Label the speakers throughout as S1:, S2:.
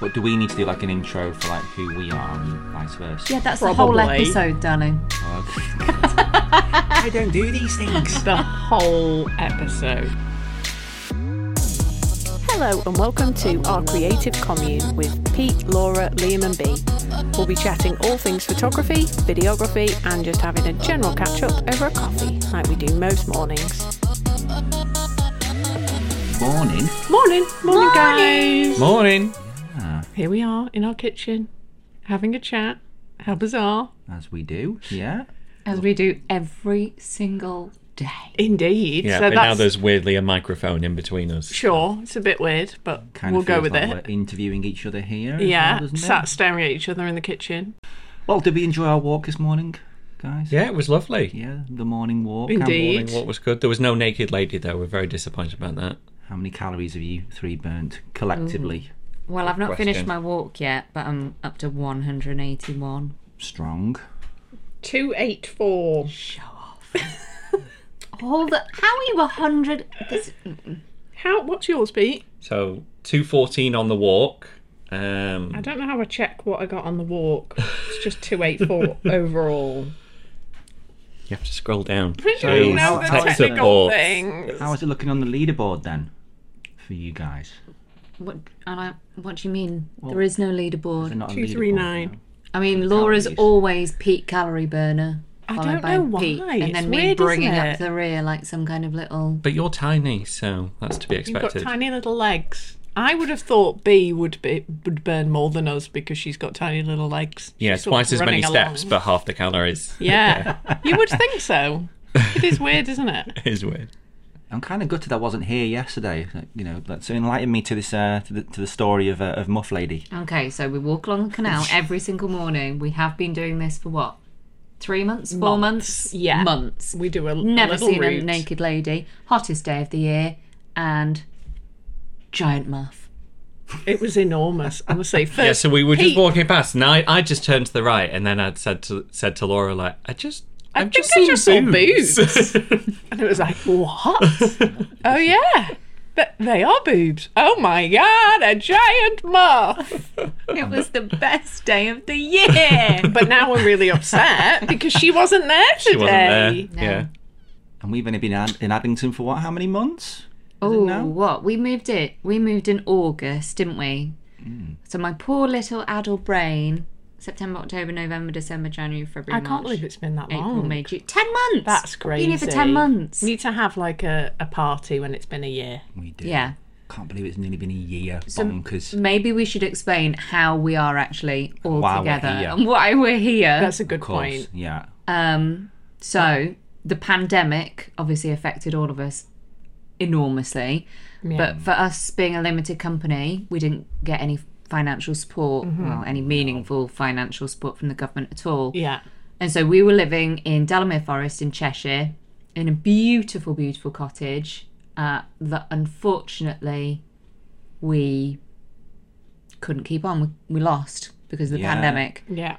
S1: But do we need to do like an intro for like who we are and vice versa?
S2: Yeah, that's the whole
S3: Probably.
S2: episode, darling.
S1: Oh, okay. I don't do these things.
S3: the whole episode.
S4: Hello and welcome to our creative commune with Pete, Laura, Liam, and B. We'll be chatting all things photography, videography, and just having a general catch up over a coffee like we do most mornings.
S1: Morning.
S3: Morning, morning, guys.
S1: Morning.
S3: Here we are in our kitchen, having a chat. How bizarre!
S1: As we do. Yeah.
S2: As we do every single day.
S3: Indeed.
S5: Yeah,
S3: so
S5: but now
S3: that's
S5: there's weirdly a microphone in between us.
S3: sure. It's a bit weird, but
S1: Kind
S3: we'll
S1: of
S3: go
S1: feels
S3: with
S1: like
S3: it.
S1: We're interviewing each other here. as
S3: Yeah,
S1: well, doesn't it?
S3: sat staring at each other in the kitchen.
S1: Well, did we enjoy our walk this morning, guys?
S5: Yeah, it was lovely.
S1: Yeah, the morning walk.
S3: Indeed.
S5: Morning walk was good. There was no naked lady though. We're very disappointed about that.
S1: How many calories have you three burnt collectively?
S3: Mm.
S2: Well, I've not finished
S5: question.
S2: my walk yet, but I'm up to 181.
S1: Strong.
S3: Two eight four.
S2: Hold up. How are you 100? This,
S3: How? What's yours, Pete?
S5: So two fourteen on the walk.
S3: I
S5: Um,
S3: don't know how I check what I got on the walk. It's just two eight four overall.
S5: you have to scroll down.
S3: I don't know
S1: how-
S3: the
S1: how-
S3: technical
S5: support.
S3: things.
S1: How is it looking on the leaderboard then for you guys?
S2: what, and I, what do you mean? there is no
S1: They're
S2: leaderboard.
S1: not on
S3: Two,
S1: leaderboard
S3: three, nine.
S1: now.
S2: I mean, Laura's
S1: calories.
S2: always peak calorie burner.
S3: I
S2: followed
S3: don't
S2: by
S3: know why.
S2: Peak,
S3: It's
S2: and then me
S3: weird,
S2: bringing
S3: isn't
S2: up
S3: it?
S2: the rear like some kind of little.
S5: But you're tiny, so that's to be
S3: You've got
S5: expected.
S3: tiny little legs. I would have thought B would be would burn more than us because she's got tiny little legs.
S5: yeah,
S3: She's sort of
S5: twice as many
S3: running
S5: steps,
S3: along.
S5: but half the calories.
S3: yeah, you would think so. It is weird, isn't it?
S5: Is weird.
S1: I'm kind of gutted I wasn't here yesterday. Like, You know, like, so enlighten me to this uh, to, the, to the story of uh, of Muff Lady.
S2: Okay, so we walk along the canal every single morning. We have been doing this for what? Three months? Four months?
S3: Yeah.
S2: Months.
S3: We do a
S2: Never
S3: little
S2: seen
S3: route.
S2: a naked lady. Hottest day of the year, and giant muff.
S3: It was enormous. I must say. First,
S5: Yeah, so we were just
S3: Pete-
S5: walking past, and I, I just turned to the right, and then I said to said to Laura like, I just
S3: I
S5: I've
S3: think
S5: just
S3: I
S5: seen
S3: just saw
S5: boobs.
S3: And it was like, what? oh yeah, Th- they are boobs. Oh my god, a giant muff.
S2: It was the best day of the year.
S3: But now we're really upset because she wasn't there today.
S5: she wasn't
S2: No.
S5: there. Yeah.
S1: And we've only been ad- in Addington for what? How many months?
S2: oh,
S1: now?
S2: what? We moved it. We moved in August, didn't we?
S3: Mm.
S2: So my poor little adult brain. September, October, November, December, January, February,
S3: I can't
S2: March,
S3: believe it's been that
S2: April,
S3: long.
S2: May, June. Ten months.
S3: That's crazy.
S2: Been here for ten months.
S3: Need to have like a, a party when it's been a year.
S1: We do.
S2: Yeah.
S1: Can't believe it's nearly been a year. Bonkers.
S2: Maybe we should explain how we are actually all
S1: Why we're
S2: together
S1: here.
S2: and why we're here.
S3: That's a good
S1: Of course.
S3: point.
S1: Yeah.
S2: Um, so the pandemic obviously affected all of us enormously, but for us being a limited company, we didn't get any financial support, well, any meaningful financial support from the government at all.
S3: Yeah.
S2: And so we were living in Delamere Forest in Cheshire in a beautiful, beautiful cottage uh, that unfortunately we couldn't keep on. We, we lost because of the
S1: Yeah.
S2: pandemic.
S3: Yeah.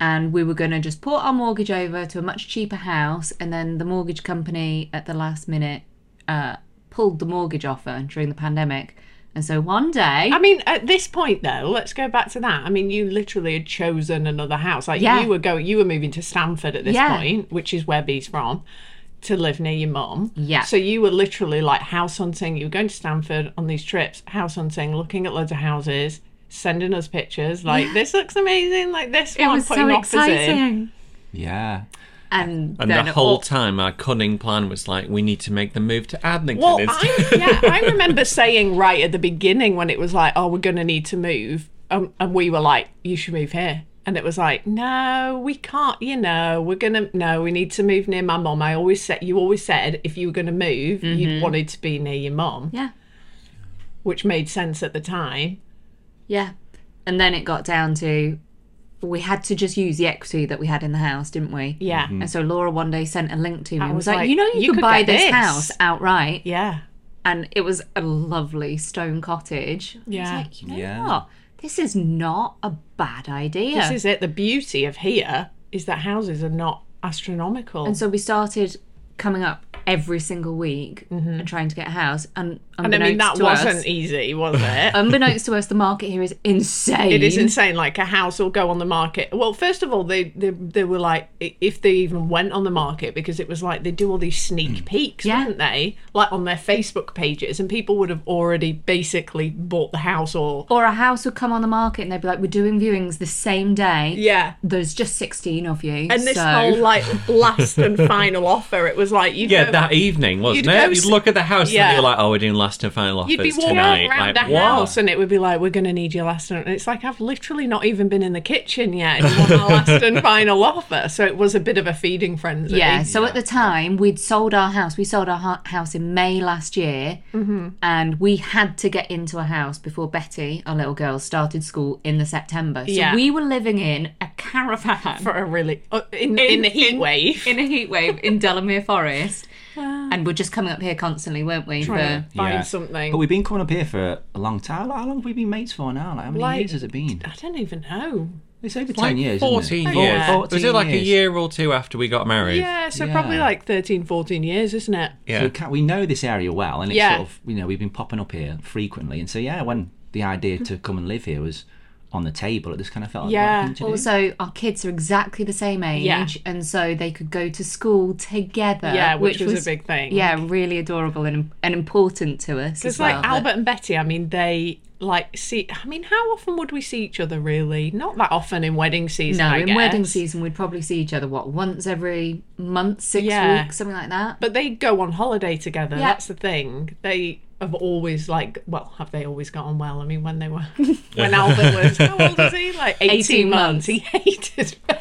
S2: And we were going to just port our mortgage over to a much cheaper house. And then the mortgage company at the last minute uh, pulled the mortgage offer during the pandemic. And so one day.
S3: I mean, at this point though, let's go back to that. I mean, you literally had chosen another house. Like
S2: Yeah.
S3: you were going, you were moving to Stanford at this
S2: Yeah.
S3: point, which is where B's from, to live near your mum.
S2: Yeah.
S3: So you were literally like house hunting. You were going to Stanford on these trips, house hunting, looking at loads of houses, sending us pictures. Like this looks amazing. Like this
S2: it
S3: one,
S2: was
S3: putting
S2: so
S3: offers in.
S2: exciting.
S1: Yeah.
S2: And,
S5: And
S2: then
S5: the whole
S2: all-
S5: time, our cunning plan was like, we need to make the move to Adlington.
S3: Well, I,
S5: instead.
S3: yeah, I remember saying right at the beginning when it was like, oh, we're going to need to move. Um, and we were like, you should move here. And it was like, no, we can't, you know, we're going to, no, we need to move near my mom. I always said, you always said if you were going to move, you
S2: Mm-hmm.
S3: wanted to be near your mom,
S2: Yeah.
S3: which made sense at the time.
S2: Yeah. And then it got down to we had to just use the equity that we had in the house, didn't we?
S3: Yeah.
S2: And so Laura one day sent a link to me and was
S3: was
S2: like,
S3: like,
S2: you know, you,
S3: "You
S2: could,
S3: could
S2: buy
S3: get
S2: this,
S3: this."
S2: house outright.
S3: Yeah.
S2: And it was a lovely stone cottage.
S3: Yeah.
S2: I was like, you know
S1: Yeah.
S2: what? This is not a bad idea.
S3: This is it. The beauty of here is that houses are not astronomical.
S2: And so we started coming up every single week and trying to get a house. And
S3: Mm-hmm. And I mean, that
S2: unbeknownst to us-
S3: wasn't easy, was it?
S2: Unbeknownst to us, the market here is insane.
S3: it is insane. Like a house will go on the market. Well, first of all, they, they they were like, i- if they even went on the market, because it was like they do all these sneak peeks,
S2: Mm. Yeah.
S3: didn't they? Like on their Facebook pages, and people would have already basically bought the house or
S2: Or a house would come on the market and they'd be like, we're doing viewings the same day.
S3: yeah.
S2: There's just 16 of you.
S3: And this
S2: so-
S3: whole like last and final offer, it was like you
S5: Yeah,
S3: know,
S5: that evening, wasn't
S3: you'd
S5: it?
S3: go
S5: You'd
S3: s-
S5: look at the house
S3: Yeah.
S5: and you're like, oh, we're doing last and final offers
S3: You'd be walking
S5: tonight.
S3: around
S5: like,
S3: the house and it would be like, we're going to need your last and it's like, I've literally not even been in the kitchen yet. and you want our last and final offer. So it was a bit of a feeding frenzy.
S2: Yeah. So at the time, we'd sold our house. We sold our hu- house in May last year,
S3: Mm-hmm.
S2: and we had to get into a house before Betty, our little girl, started school in the September. So
S3: Yeah.
S2: we were living in a caravan
S3: For a really, uh, in, in, the heat wave.
S2: in a heat wave in Delamere Forest, and we're just coming up here constantly, weren't we?
S3: Ah. trying
S2: For,
S3: to find
S1: Yeah.
S3: something.
S1: But we've been coming up here for a long time. Like, How long have we been mates for now? Like, how many
S3: Like-
S1: years has it been?
S3: I don't even know.
S1: It's over
S5: like
S1: 10 years. isn't it?
S5: 14
S1: Oh,
S5: years.
S3: yeah.
S5: Was it like
S1: 14
S5: a
S1: years.
S5: year or two after we got married?
S3: Yeah, so
S1: Yeah.
S3: probably like 13, 14 years, isn't it?
S1: So
S5: Yeah.
S1: we, can we know this area well, and it's
S3: Yeah.
S1: sort of you know we've been popping up here frequently, and so yeah, when the idea to come and live here was on the table, it just kind of felt like the
S3: Yeah.
S1: right thing to do.
S2: also, our kids are exactly the same age,
S3: Yeah.
S2: and so they could go to school together.
S3: Yeah, which was a big thing.
S2: Yeah, really adorable and, and important to us.
S3: Because
S2: as
S3: like
S2: well, that-
S3: Albert and Betty, I mean, they like see. I mean, how often would we see each other? Really, not that often in wedding season.
S2: No,
S3: I
S2: in wedding
S3: guess.
S2: season, we'd probably see each other, what, once every month, six
S3: Yeah.
S2: weeks, something like that?
S3: But they go on holiday together.
S2: Yeah.
S3: That's the thing. They have always like well, have they always got on well? I mean, when they were when Albert was how old was he? Like eighteen,
S2: 18 months.
S3: months. He hated
S5: He didn't hate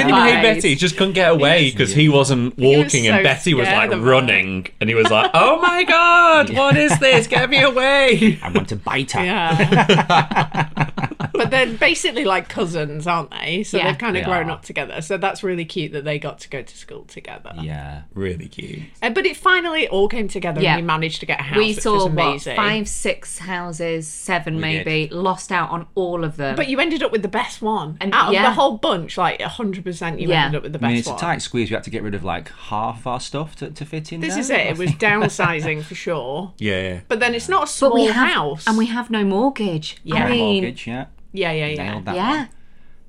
S2: Terrified.
S5: Betty. He just couldn't get away because he wasn't
S3: was
S5: walking,
S3: so
S5: and Betty was
S3: scared
S5: like
S3: of her.
S5: running, and he was like, "Oh my god, what is this? Get me away!"
S1: I want to bite her.
S3: Yeah. but they're basically like cousins, aren't they? So
S2: Yeah.
S3: they've kind of
S1: They
S3: grown
S1: are.
S3: up together. So that's really cute that they got to go to school together.
S1: Yeah.
S5: Really cute.
S3: Uh, But it finally all came together
S2: Yeah.
S3: and we managed to get a house.
S2: we
S3: which
S2: saw
S3: was
S2: what,
S3: amazing.
S2: five, six houses, seven
S5: did.
S2: maybe, lost out on all of them.
S3: But you ended up with the best one. And
S2: And-
S3: out of
S2: yeah.
S3: the whole bunch, like 100%, you
S2: Yeah.
S3: ended up with the best
S1: I mean, it's
S3: one.
S1: a tight squeeze. We had to get rid of like half our stuff to, to fit in.
S3: this
S1: there.
S3: is it. It was downsizing for sure.
S5: Yeah. yeah.
S3: But then it's not a
S2: But
S3: small
S2: we have,
S3: house.
S2: And we have no mortgage.
S3: Yeah.
S2: I mean,
S1: mortgage. Yeah,
S3: yeah, yeah, yeah.
S1: nailed that.
S2: yeah.
S1: one.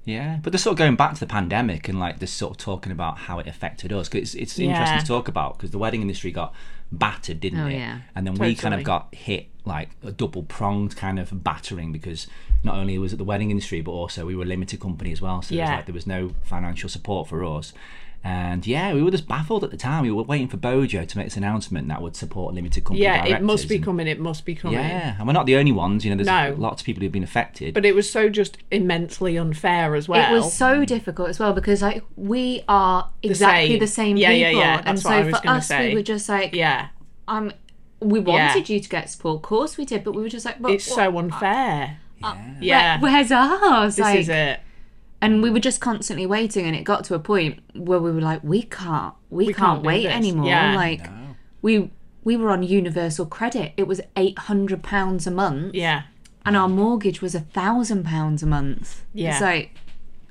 S1: Yeah, but they're sort of going back to the pandemic and like they're sort of talking about how it affected us 'cause it's, it's
S3: Yeah.
S1: interesting to talk about because the wedding industry got battered, didn't
S2: Oh,
S1: it?
S2: yeah.
S1: And then we kind
S3: Totally.
S1: of got hit like a double pronged kind of battering because not only was it the wedding industry but also we were a limited company as well, so it
S3: Yeah.
S1: was like there was no financial support for us. And yeah, we were just baffled at the time. We were waiting for Bojo to make this announcement that would support limited company.
S3: Yeah, it
S1: directors
S3: must be
S1: and-
S3: coming. It must be coming.
S1: Yeah, and we're not the only ones. You know, there's
S3: No.
S1: lots of people who've been affected.
S3: But it was so just immensely unfair as well.
S2: It was so difficult as well because like we are exactly
S3: same.
S2: the same,
S3: Yeah, yeah,
S2: people,
S3: yeah.
S2: and
S3: That's
S2: so
S3: what I was
S2: for
S3: gonna
S2: us,
S3: say.
S2: we were just like,
S3: yeah.
S2: um, we
S3: Yeah.
S2: wanted you to get support, of course we did, but we were just like, but
S3: It's
S2: what-
S3: so unfair. Yeah.
S2: where's ours?
S3: this
S2: like,
S3: Uh, is it.
S2: and we were just constantly waiting and it got to a point where we were like we can't we,
S3: can't
S2: can't,
S3: do
S2: wait
S3: this.
S2: anymore
S3: Yeah.
S2: like we we were on universal credit it was 800 pounds a month
S3: Yeah.
S2: and our mortgage was a thousand pounds a month
S3: Yeah.
S2: it's like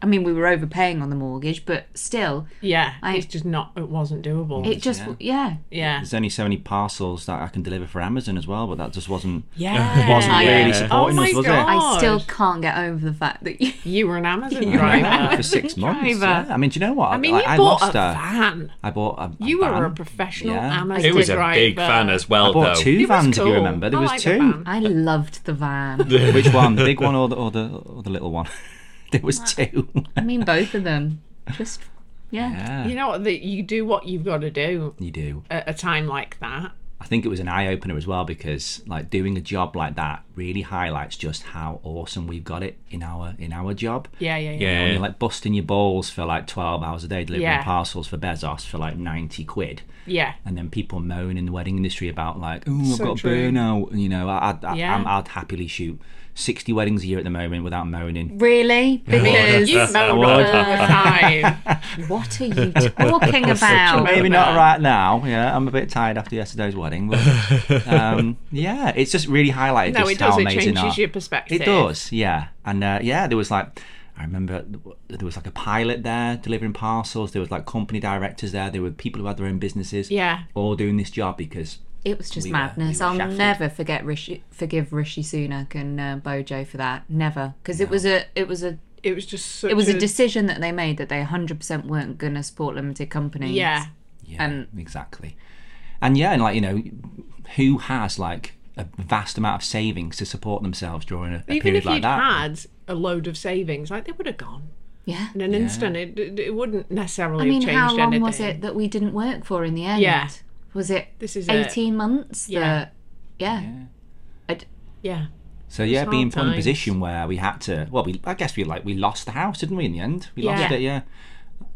S2: i mean we were overpaying on the mortgage but still
S3: Yeah.
S2: I-
S3: it's just not, it wasn't doable.
S2: it just yeah,
S1: Yeah.
S3: yeah.
S1: There's only so many parcels that I can deliver for Amazon as well, but that just wasn't
S3: Yeah.
S1: wasn't really
S5: Yeah.
S3: Oh
S1: supporting
S3: my
S1: us, was
S3: God.
S1: it?
S2: i still can't get over the fact that you
S3: You were an Amazon
S1: Yeah,
S3: driver.
S1: for six months.
S2: Driver.
S1: Yeah. I mean, do you know what?
S3: I mean, you
S1: I,
S3: bought
S1: lost
S3: a
S1: her.
S3: van.
S1: I bought a, a
S3: You were a
S1: van.
S3: professional
S1: Yeah.
S3: Amazon driver.
S5: It was a big fan as well,
S1: I bought
S5: though.
S1: two
S3: It was
S1: vans, if
S3: cool.
S1: you remember. There
S3: I
S1: was
S3: like a
S1: two.
S3: van.
S2: i loved the van
S1: Which one? The big one or the or the, or the little one? there was two.
S2: i mean both of them just yeah,
S1: yeah,
S3: You know what? That you do what you've got to do
S1: you do.
S3: at a time like that.
S1: I think it was an eye opener as well because like doing a job like that really highlights just how awesome we've got it in our in our job.
S3: Yeah, yeah, yeah.
S1: And you're
S5: Yeah.
S1: like busting your balls for like 12 hours a day delivering
S3: Yeah.
S1: parcels for Bezos for like 90 quid.
S3: Yeah.
S1: And then people moan in the wedding industry about like, oh, I've
S3: So
S1: got
S3: true.
S1: burnout. You know, I, I, I,
S3: Yeah.
S1: I'm, I'd happily shoot 60 weddings a year at the moment without moaning.
S2: really because
S3: You moan all the time.
S2: What are you talking about?
S1: Maybe not right now. Yeah, I'm a bit tired after yesterday's wedding. But, um, yeah, it's just really highlighted
S3: No,
S1: just
S3: it
S1: how
S3: does. It
S1: amazing
S3: changes
S1: our,
S3: your perspective.
S1: It does, yeah. And uh, yeah, there was like, I remember there was like a pilot there delivering parcels. There was like company directors there. There were people who had their own businesses.
S3: Yeah.
S1: All doing this job because
S2: It was just
S1: We were-
S2: madness.
S1: we were
S2: I'll
S1: shackled.
S2: never forget Rishi, forgive Rishi Sunak and uh, Bojo for that. Never, because it was a it was a
S3: It was just such
S2: it was
S3: a,
S2: a decision that they made that they 100% weren't going to support limited companies.
S3: yeah.
S1: Yeah,
S2: And-
S1: exactly. And yeah, and like you know, who has like a vast amount of savings to support themselves during a, a
S3: Even
S1: period
S3: if
S1: like
S3: you'd
S1: that?
S3: had a load of savings, like they would have gone
S2: Yeah.
S3: in an instant. It, it it wouldn't necessarily
S2: I mean,
S3: have changed
S2: how long
S3: anything.
S2: was it that we didn't work for in the end?
S3: Yeah.
S2: Was it
S3: This is it.
S2: 18 months?
S3: Yeah.
S2: That, yeah. I d-
S3: Yeah.
S1: So yeah,
S3: hard
S1: being put in a
S3: times.
S1: position where we had to. Well, we I guess we like we lost the house, didn't we? In the end, we lost
S3: Yeah.
S1: it. Yeah.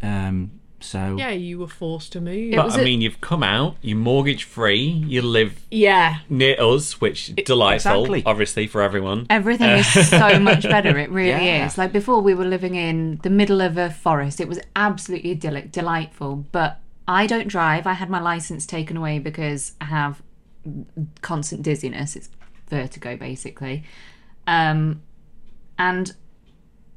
S1: Um. So
S3: Yeah, you were forced to move.
S2: It
S5: But
S2: was
S5: I
S2: a-
S5: mean, you've come out, you're mortgage free, you live
S3: yeah.
S5: near us, which delightful,
S1: Exactly.
S5: obviously, for everyone.
S3: Uh,
S2: Everything is so much better. It really
S1: Yeah.
S2: is. Like before, we were living in the middle of a forest. It was absolutely idyllic, delightful. But I don't drive. I had my license taken away because I have constant dizziness. It's vertigo, basically. Um, and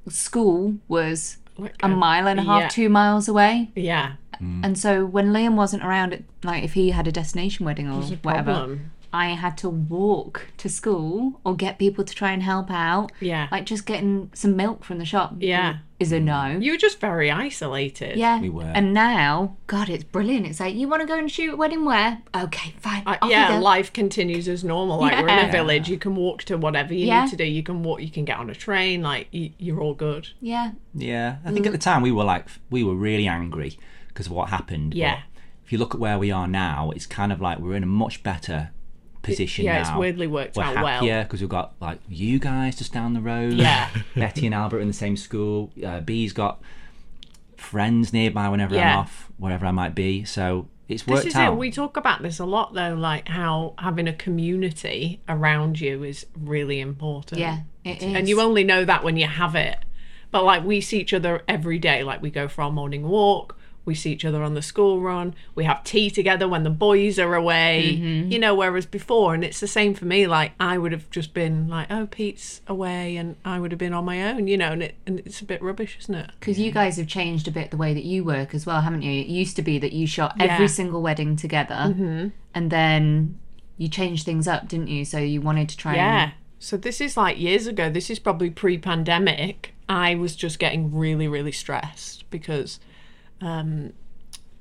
S2: school was
S3: Like
S2: a mile and a half,
S3: yeah.
S2: two miles away.
S3: Yeah.
S2: And so when Liam wasn't around, it, like if he had a destination wedding or whatever,
S3: problem.
S2: I had to walk to school or get people to try and help out.
S3: Yeah.
S2: Like just getting some milk from the shop.
S3: Yeah.
S2: Is a no.
S3: You were just very isolated.
S2: yeah.
S1: We were.
S2: And now, God, it's brilliant. It's like, you want to go and shoot at wedding wear? Okay, fine.
S3: Uh,
S2: Off you
S3: yeah,
S2: go.
S3: life continues as normal. Like we're in
S2: Yeah.
S3: a village, you can walk to whatever you
S2: Yeah.
S3: need to do. You can walk, you can get on a train. Like you, you're all good.
S2: Yeah.
S1: yeah, I
S3: Mm.
S1: think at the time we were like we were really angry because of what happened. but
S3: Yeah.
S1: if you look at where we are now, it's kind of like we're in a much better position now.
S3: yeah, it's weirdly worked
S1: we're
S3: out
S1: happier
S3: well.
S1: because we've got like you guys just down the road.
S3: Yeah.
S1: Betty and Albert are in the same school. Uh, B's got friends nearby whenever I'm
S3: Yeah.
S1: off, wherever I might be. So it's worked
S3: This is
S1: out.
S3: it. We talk about this a lot, though. Like how having a community around you is really important.
S2: Yeah. It is.
S3: and you only know that when you have it. But like we see each other every day. Like we go for our morning walk. We see each other on the school run. We have tea together when the boys are away. You know, whereas before, and it's the same for me. Like I would have just been like, "Oh, Pete's away," and I would have been on my own. You know, and it and it's a bit rubbish, isn't it?
S2: Because you guys have changed a bit the way that you work as well, haven't you? It used to be that you shot every
S3: Yeah. Mm-hmm.
S2: single wedding together, and then you changed things up, didn't you? So you wanted to try.
S3: Yeah.
S2: And,
S3: So this is like years ago. This is probably pre-pandemic. I was just getting really, really stressed because, um,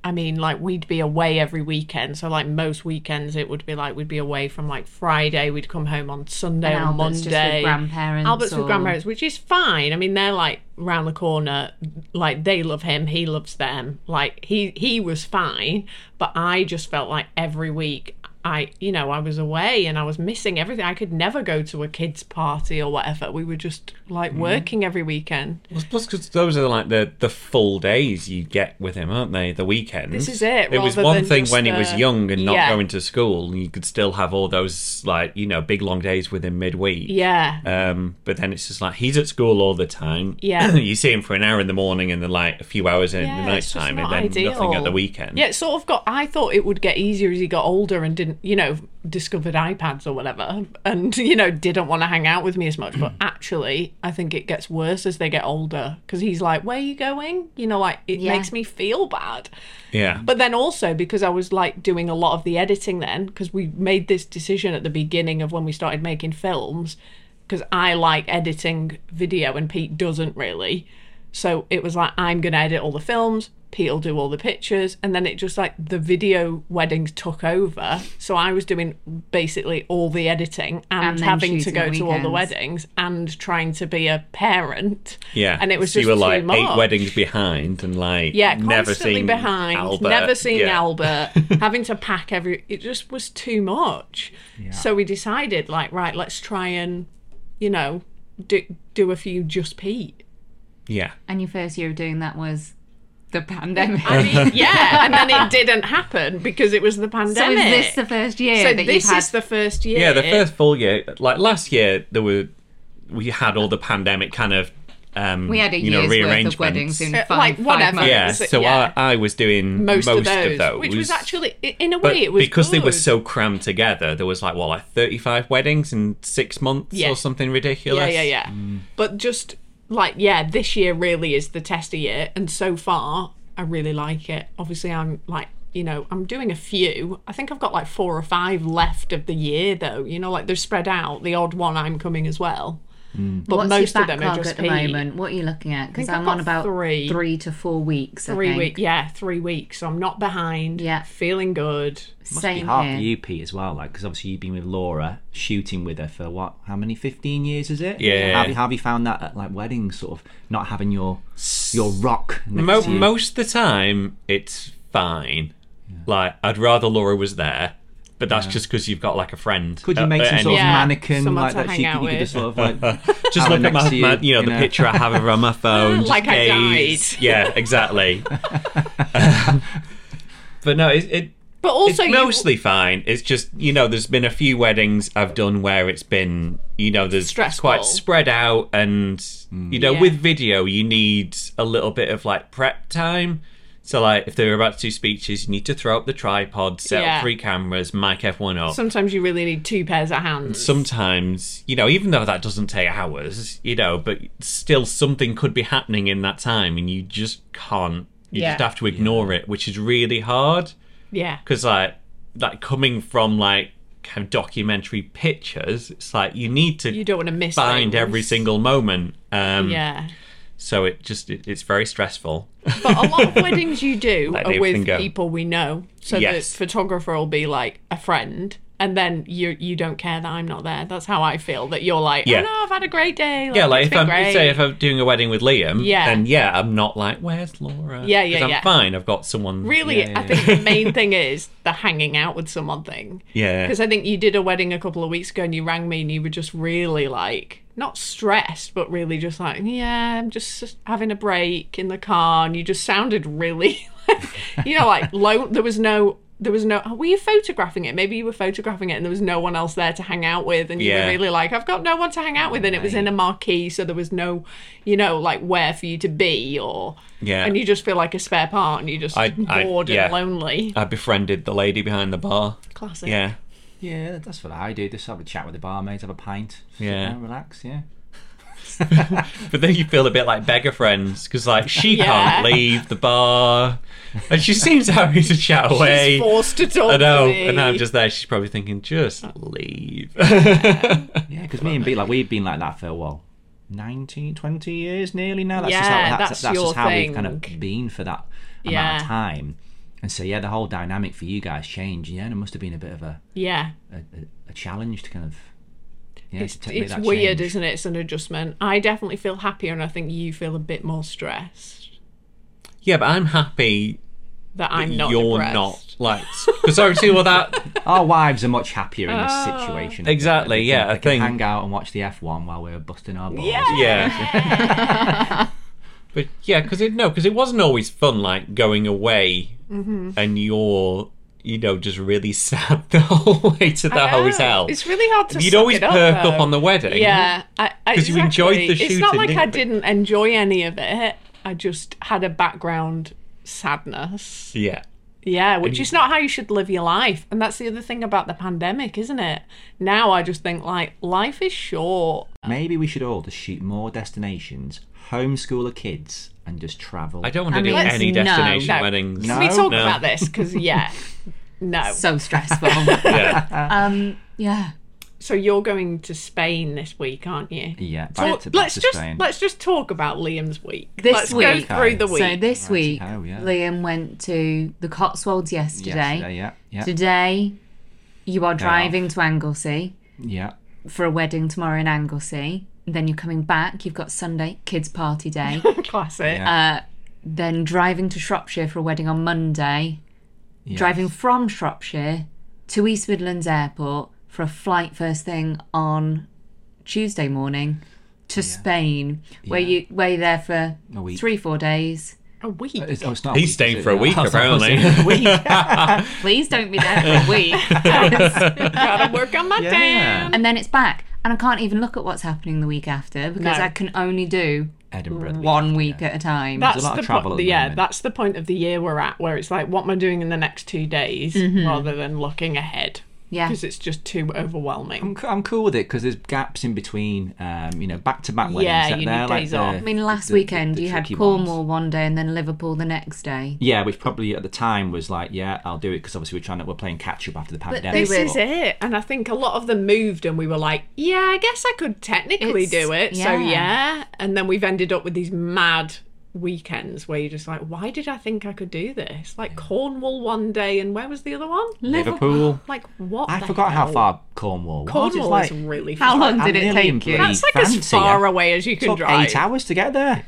S3: I mean, like we'd be away every weekend. So like most weekends, it would be like we'd be away from like Friday. We'd come home on Sunday
S2: and
S3: or
S2: Albert's just
S3: Monday.
S2: with grandparents.
S3: Albert's
S2: or-
S3: with grandparents, which is fine. I mean, they're like round the corner. Like they love him, he loves them. Like he he was fine, but I just felt like every week I, you know, I was away and I was missing everything. I could never go to a kids' party or whatever. We were just like working every weekend.
S5: Well, plus, because those are like the, the full days you get with him, aren't they? The weekends.
S3: This is it,
S5: It was
S3: rather
S5: one
S3: than
S5: thing
S3: just
S5: when he
S3: the-
S5: was young and not
S3: Yeah.
S5: going to school, and you could still have all those like you know big long days with him midweek.
S3: Yeah.
S5: Um, but then it's just like he's at school all the time.
S3: Yeah.
S5: you see him for an hour in the morning and then like a few hours in
S3: Yeah,
S5: the
S3: it's just
S5: night time,
S3: not
S5: and then nothing at the
S3: ideal.
S5: weekend.
S3: Yeah, it sort of got. I thought it would get easier as he got older and didn't, you know, discovered iPads or whatever, and you know, didn't want to hang out with me as much. But actually, I think it gets worse as they get older because he's like, "Where are you going?" You know, like it
S2: Yeah.
S3: makes me feel bad.
S5: yeah.
S3: But then also because I was like doing a lot of the editing then, because we made this decision at the beginning of when we started making films, because I like editing video and Pete doesn't really. So it was like, I'm going to edit all the films, Pete will do all the pictures. And then it just like the video weddings took over. So I was doing basically all the editing
S2: And
S3: and,
S2: then
S3: having to
S2: shooting
S3: go to all the
S2: weekends.
S3: weddings and trying to be a parent.
S5: Yeah,
S3: And it was
S5: so
S3: just
S5: you were
S3: too
S5: like
S3: much.
S5: eight weddings behind and like
S3: Yeah,
S5: never
S3: constantly
S5: seen
S3: behind,
S5: Albert.
S3: never seen
S5: Yeah.
S3: Albert, having to pack every. It just was too much. So we decided, like, right, let's try and, you know, do do a few just Pete.
S5: Yeah,
S2: and your first year of doing that was the pandemic.
S3: I mean, yeah, and then it didn't happen because it was the pandemic.
S2: so is this the first year
S3: So
S2: that
S3: this
S2: you've had?
S3: is the first year.
S5: yeah. The first full year, like last year, there were we had all the pandemic kind of. Um,
S2: we had a
S5: you know,
S2: year's worth
S5: rearrangements.
S2: of weddings in
S3: Uh,
S2: five,
S3: like,
S2: five
S3: whatever.
S2: months.
S5: Yeah,
S3: So,
S5: so
S3: yeah.
S5: I, I was doing most,
S3: of, those, which was actually, i- in a
S5: But
S3: way, it was
S5: because they were
S3: good.
S5: so crammed together, there was like what, like thirty-five weddings in six months
S3: Yeah.
S5: or something ridiculous.
S3: Yeah, yeah, yeah.
S5: Mm.
S3: But just like yeah, this year really is the tester year, and so far I really like it. Obviously, I'm like you know, I'm doing a few. I think I've got like four or five left of the year, though. You know, like they're spread out. The odd one I'm coming as well.
S5: Mm.
S3: But
S2: What's
S3: most
S2: your
S3: of them are
S2: backlog
S3: just
S2: at the
S3: Pete.
S2: moment? What are you looking at? Because
S3: think I've
S2: I'm
S3: got
S2: on about
S3: three.
S2: to four weeks. I
S3: Three
S2: think.
S3: weeks, yeah, three weeks. So I'm not behind.
S2: Yeah.
S3: feeling good.
S1: Must
S2: Same
S1: be hard
S2: here.
S1: for you, Pete, as well. Like, because obviously you've been with Laura, shooting with her for what? How many? Fifteen years, is it?
S5: Yeah.
S1: Have you, have you found that at like weddings, sort of not having your your rock? Next
S5: Mo-
S1: to you?
S5: most of the time, it's fine. Like, I'd rather Laura was there, but that's just because you've got like a friend.
S1: Could you
S5: at-
S1: make
S5: at
S1: some
S5: any-
S1: sort
S3: Yeah,
S1: of mannequin
S3: someone
S1: like
S3: to
S1: that?
S3: hang
S1: She could,
S3: out
S1: you could just sort of like
S5: just
S1: have her
S5: look at
S1: next
S5: my,
S1: to
S5: you, my, you know, the
S1: in a-
S5: picture I have of her on my phone. just
S3: Like I
S5: gaze. Yeah, exactly. but no, it, it
S3: But also,
S5: it's
S3: you-
S5: mostly fine. It's just you know, there's been a few weddings I've done where it's been you know, there's
S3: Stressful.
S5: quite spread out, and you know,
S3: Yeah.
S5: with video you need a little bit of like prep time. So like, if they're about to do speeches, you need to throw up the tripod, set
S3: Yeah.
S5: up three cameras, mic everyone up.
S3: sometimes you really need two pairs of hands.
S5: Sometimes you know, even though that doesn't take hours, you know, but still something could be happening in that time, and you just can't. You
S3: Yeah.
S5: just have to ignore it, which is really hard
S3: yeah,
S5: because like like coming from like kind of documentary pictures it's like you need to
S3: you don't want to miss.
S5: find
S3: things.
S5: every single moment um
S3: Yeah.
S5: so it just it, it's very stressful
S3: But a lot of weddings you do
S5: Let
S3: are
S5: everything
S3: with
S5: go.
S3: people we know. So
S5: Yes.
S3: the photographer will be like a friend. And then you you don't care that I'm not there. That's how I feel. That you're like,
S5: Yeah.
S3: oh no, I've had a great day. Like,
S5: yeah like
S3: it's
S5: if
S3: been
S5: i'm
S3: great.
S5: say if i'm doing a wedding with liam
S3: Yeah.
S5: then yeah i'm not like where's laura
S3: Yeah, yeah,
S5: 'Cause i'm
S3: yeah.
S5: fine i've got someone
S3: really,
S1: Yeah, yeah,
S3: I think the main thing is the hanging out with someone thing.
S5: yeah
S3: Because I think you did a wedding a couple of weeks ago and you rang me and you were just really like, not stressed, but really just like, yeah, I'm just having a break in the car. And you just sounded really, like, you know, like low. There was no, there was no, were you photographing it? Maybe you were photographing it and there was no one else there to hang out with. And you
S5: Yeah.
S3: were really like, I've got no one to hang out with. And it was in a marquee. So there was no, you know, like where for you to be or,
S5: Yeah.
S3: And you just feel like a spare part and you're just
S5: I- I-
S3: bored
S5: yeah.
S3: and lonely.
S5: i befriended the lady behind the bar
S3: Classic.
S5: yeah
S1: Yeah, that's what I do. Just have a chat with the barmaids, have a pint, sit
S5: Yeah.
S1: down, relax. Yeah,
S5: But then you feel a bit like beggar friends because, like, she
S3: Yeah.
S5: can't leave the bar, and she seems happy to chat away.
S3: She's forced to talk
S5: I know,
S3: to me.
S5: and I'm just there. She's probably thinking, just leave.
S1: yeah. Because me and Pete, like, we've been like that for well, 19, 20 years, nearly now. That's just
S3: Yeah,
S1: how that's,
S3: that's
S1: that's
S3: your
S1: just how we've kind
S3: thing.
S1: of been for that amount
S3: Yeah.
S1: of time. And so yeah, the whole dynamic for you guys changed. Yeah, and it must have been a bit of a
S3: Yeah.
S1: a, a- a challenge to kind of. Yeah,
S3: It's,
S1: to take
S3: it's
S1: that
S3: weird,
S1: change.
S3: isn't it? It's an adjustment. I definitely feel happier, and I think you feel a bit more stressed
S5: yeah, but I'm happy
S3: that
S5: that
S3: I'm not.
S5: you're
S3: depressed.
S5: not like. Because obviously, well, that
S1: Our wives are much happier in this
S3: Ah.
S1: situation.
S5: exactly,
S1: They can-
S5: yeah,
S1: they
S5: I
S1: can
S5: think-
S1: hang out and watch the F1 while we're busting our balls.
S5: yeah. but yeah, because it no, because it wasn't always fun. Like going away,
S3: Mm-hmm.
S5: and you're you know just really sad the whole way to the
S3: I know.
S5: hotel.
S3: It's really hard to.
S5: You'd
S3: suck
S5: always
S3: it up,
S5: perk
S3: though.
S5: up on the wedding.
S3: Yeah, because
S5: 'Cause you enjoyed the
S3: It's not
S5: shooting,
S3: like
S5: didn't
S3: I
S5: you?
S3: didn't enjoy any of it. I just had a background sadness.
S5: Yeah.
S3: Yeah, which is not how you should live your life. And that's the other thing about the pandemic, isn't it? Now I just think like life is short.
S1: Maybe we should all just shoot more destinations, homeschool our kids, and just travel.
S5: I don't want to
S2: I
S5: do
S2: mean, let's-
S5: any
S2: no,
S5: destination
S3: no.
S5: weddings.
S1: No.
S3: Can we talk
S5: no.
S3: about this? Because yeah, no. So,
S2: So stressful.
S5: Yeah.
S2: um, yeah.
S3: you're going to Spain this week, aren't you?
S1: Yeah, back
S3: Talk-
S1: to, back
S3: let's
S1: to
S3: just
S1: Spain.
S3: let's just talk about Liam's week.
S2: This
S3: let's
S2: week.
S3: go through the week.
S2: So this week,
S1: hell, yeah.
S2: Liam went to the Cotswolds yesterday.
S1: Yesterday, yeah, yeah,
S2: Today, you are driving to Anglesey
S1: yeah.
S2: for a wedding tomorrow in Anglesey. Then you're coming back. You've got Sunday, kids' party day.
S3: Classic.
S1: Yeah.
S2: then driving to Shropshire for a wedding on Monday.
S1: yeah.
S2: Driving from Shropshire to East Midlands Airport for a flight first thing on Tuesday morning to Spain, where
S1: Yeah.
S2: you where you're there for
S1: A week.
S2: three four days.
S3: A week.
S1: It's- oh, it's not
S5: He's
S1: is
S5: staying
S1: it?
S5: for a
S1: Yeah.
S5: week,
S1: I was like, I was
S5: apparently.
S1: saying a week.
S2: Please don't be there for a week.
S3: Gotta work on my
S1: Yeah.
S3: tan.
S2: and then it's back and i can't even look at what's happening the week after because
S3: No.
S2: i can only do
S1: Edinburgh. the week
S2: one
S1: after,
S2: week
S1: yeah.
S2: at a time
S3: That's
S1: lot of
S3: the
S1: travel
S3: point.
S1: at the
S3: yeah,
S1: moment.
S3: that's the point of the year we're at, where it's like, what am I doing in the next two days, rather than looking ahead.
S2: Mm-hmm. Yeah.
S3: because it's just too overwhelming.
S1: I'm, c- I'm cool with it because there's gaps in between, um, you know, back to back weddings.
S3: Yeah,
S1: that
S3: you
S1: they're
S3: need
S1: like
S3: days
S1: the-
S3: off. I
S2: I mean, last
S1: the- the-
S2: weekend
S1: the
S2: you had
S1: tricky
S2: Cornwall
S1: ones.
S2: one day and then Liverpool the next day.
S1: Yeah, which probably at the time was like, yeah, I'll do it because obviously we're trying to we're playing catch up after the
S2: But
S1: pandemic.
S2: they
S3: This
S2: were-
S3: is it, and I think a lot of them moved, and we were like, "Yeah, I guess I could technically
S2: It's-
S3: do it." So
S2: yeah.
S3: yeah, and then we've ended up with these mad weekends where you're just like, "Why did I think I could do this?" Like Cornwall one day, and where was the other one?
S1: Liverpool.
S3: Like what?
S1: I
S3: the
S1: forgot how
S3: hell?
S1: far Cornwall was. It's
S3: Cornwall
S1: like,
S3: is really
S2: How
S3: far.
S2: long did
S1: I'm
S2: it
S1: nearly in
S2: take you?
S1: bloody
S3: That's like as
S1: fancy,
S3: far
S1: yeah.
S3: away as you can
S1: took
S3: drive.
S1: eight hours to get there.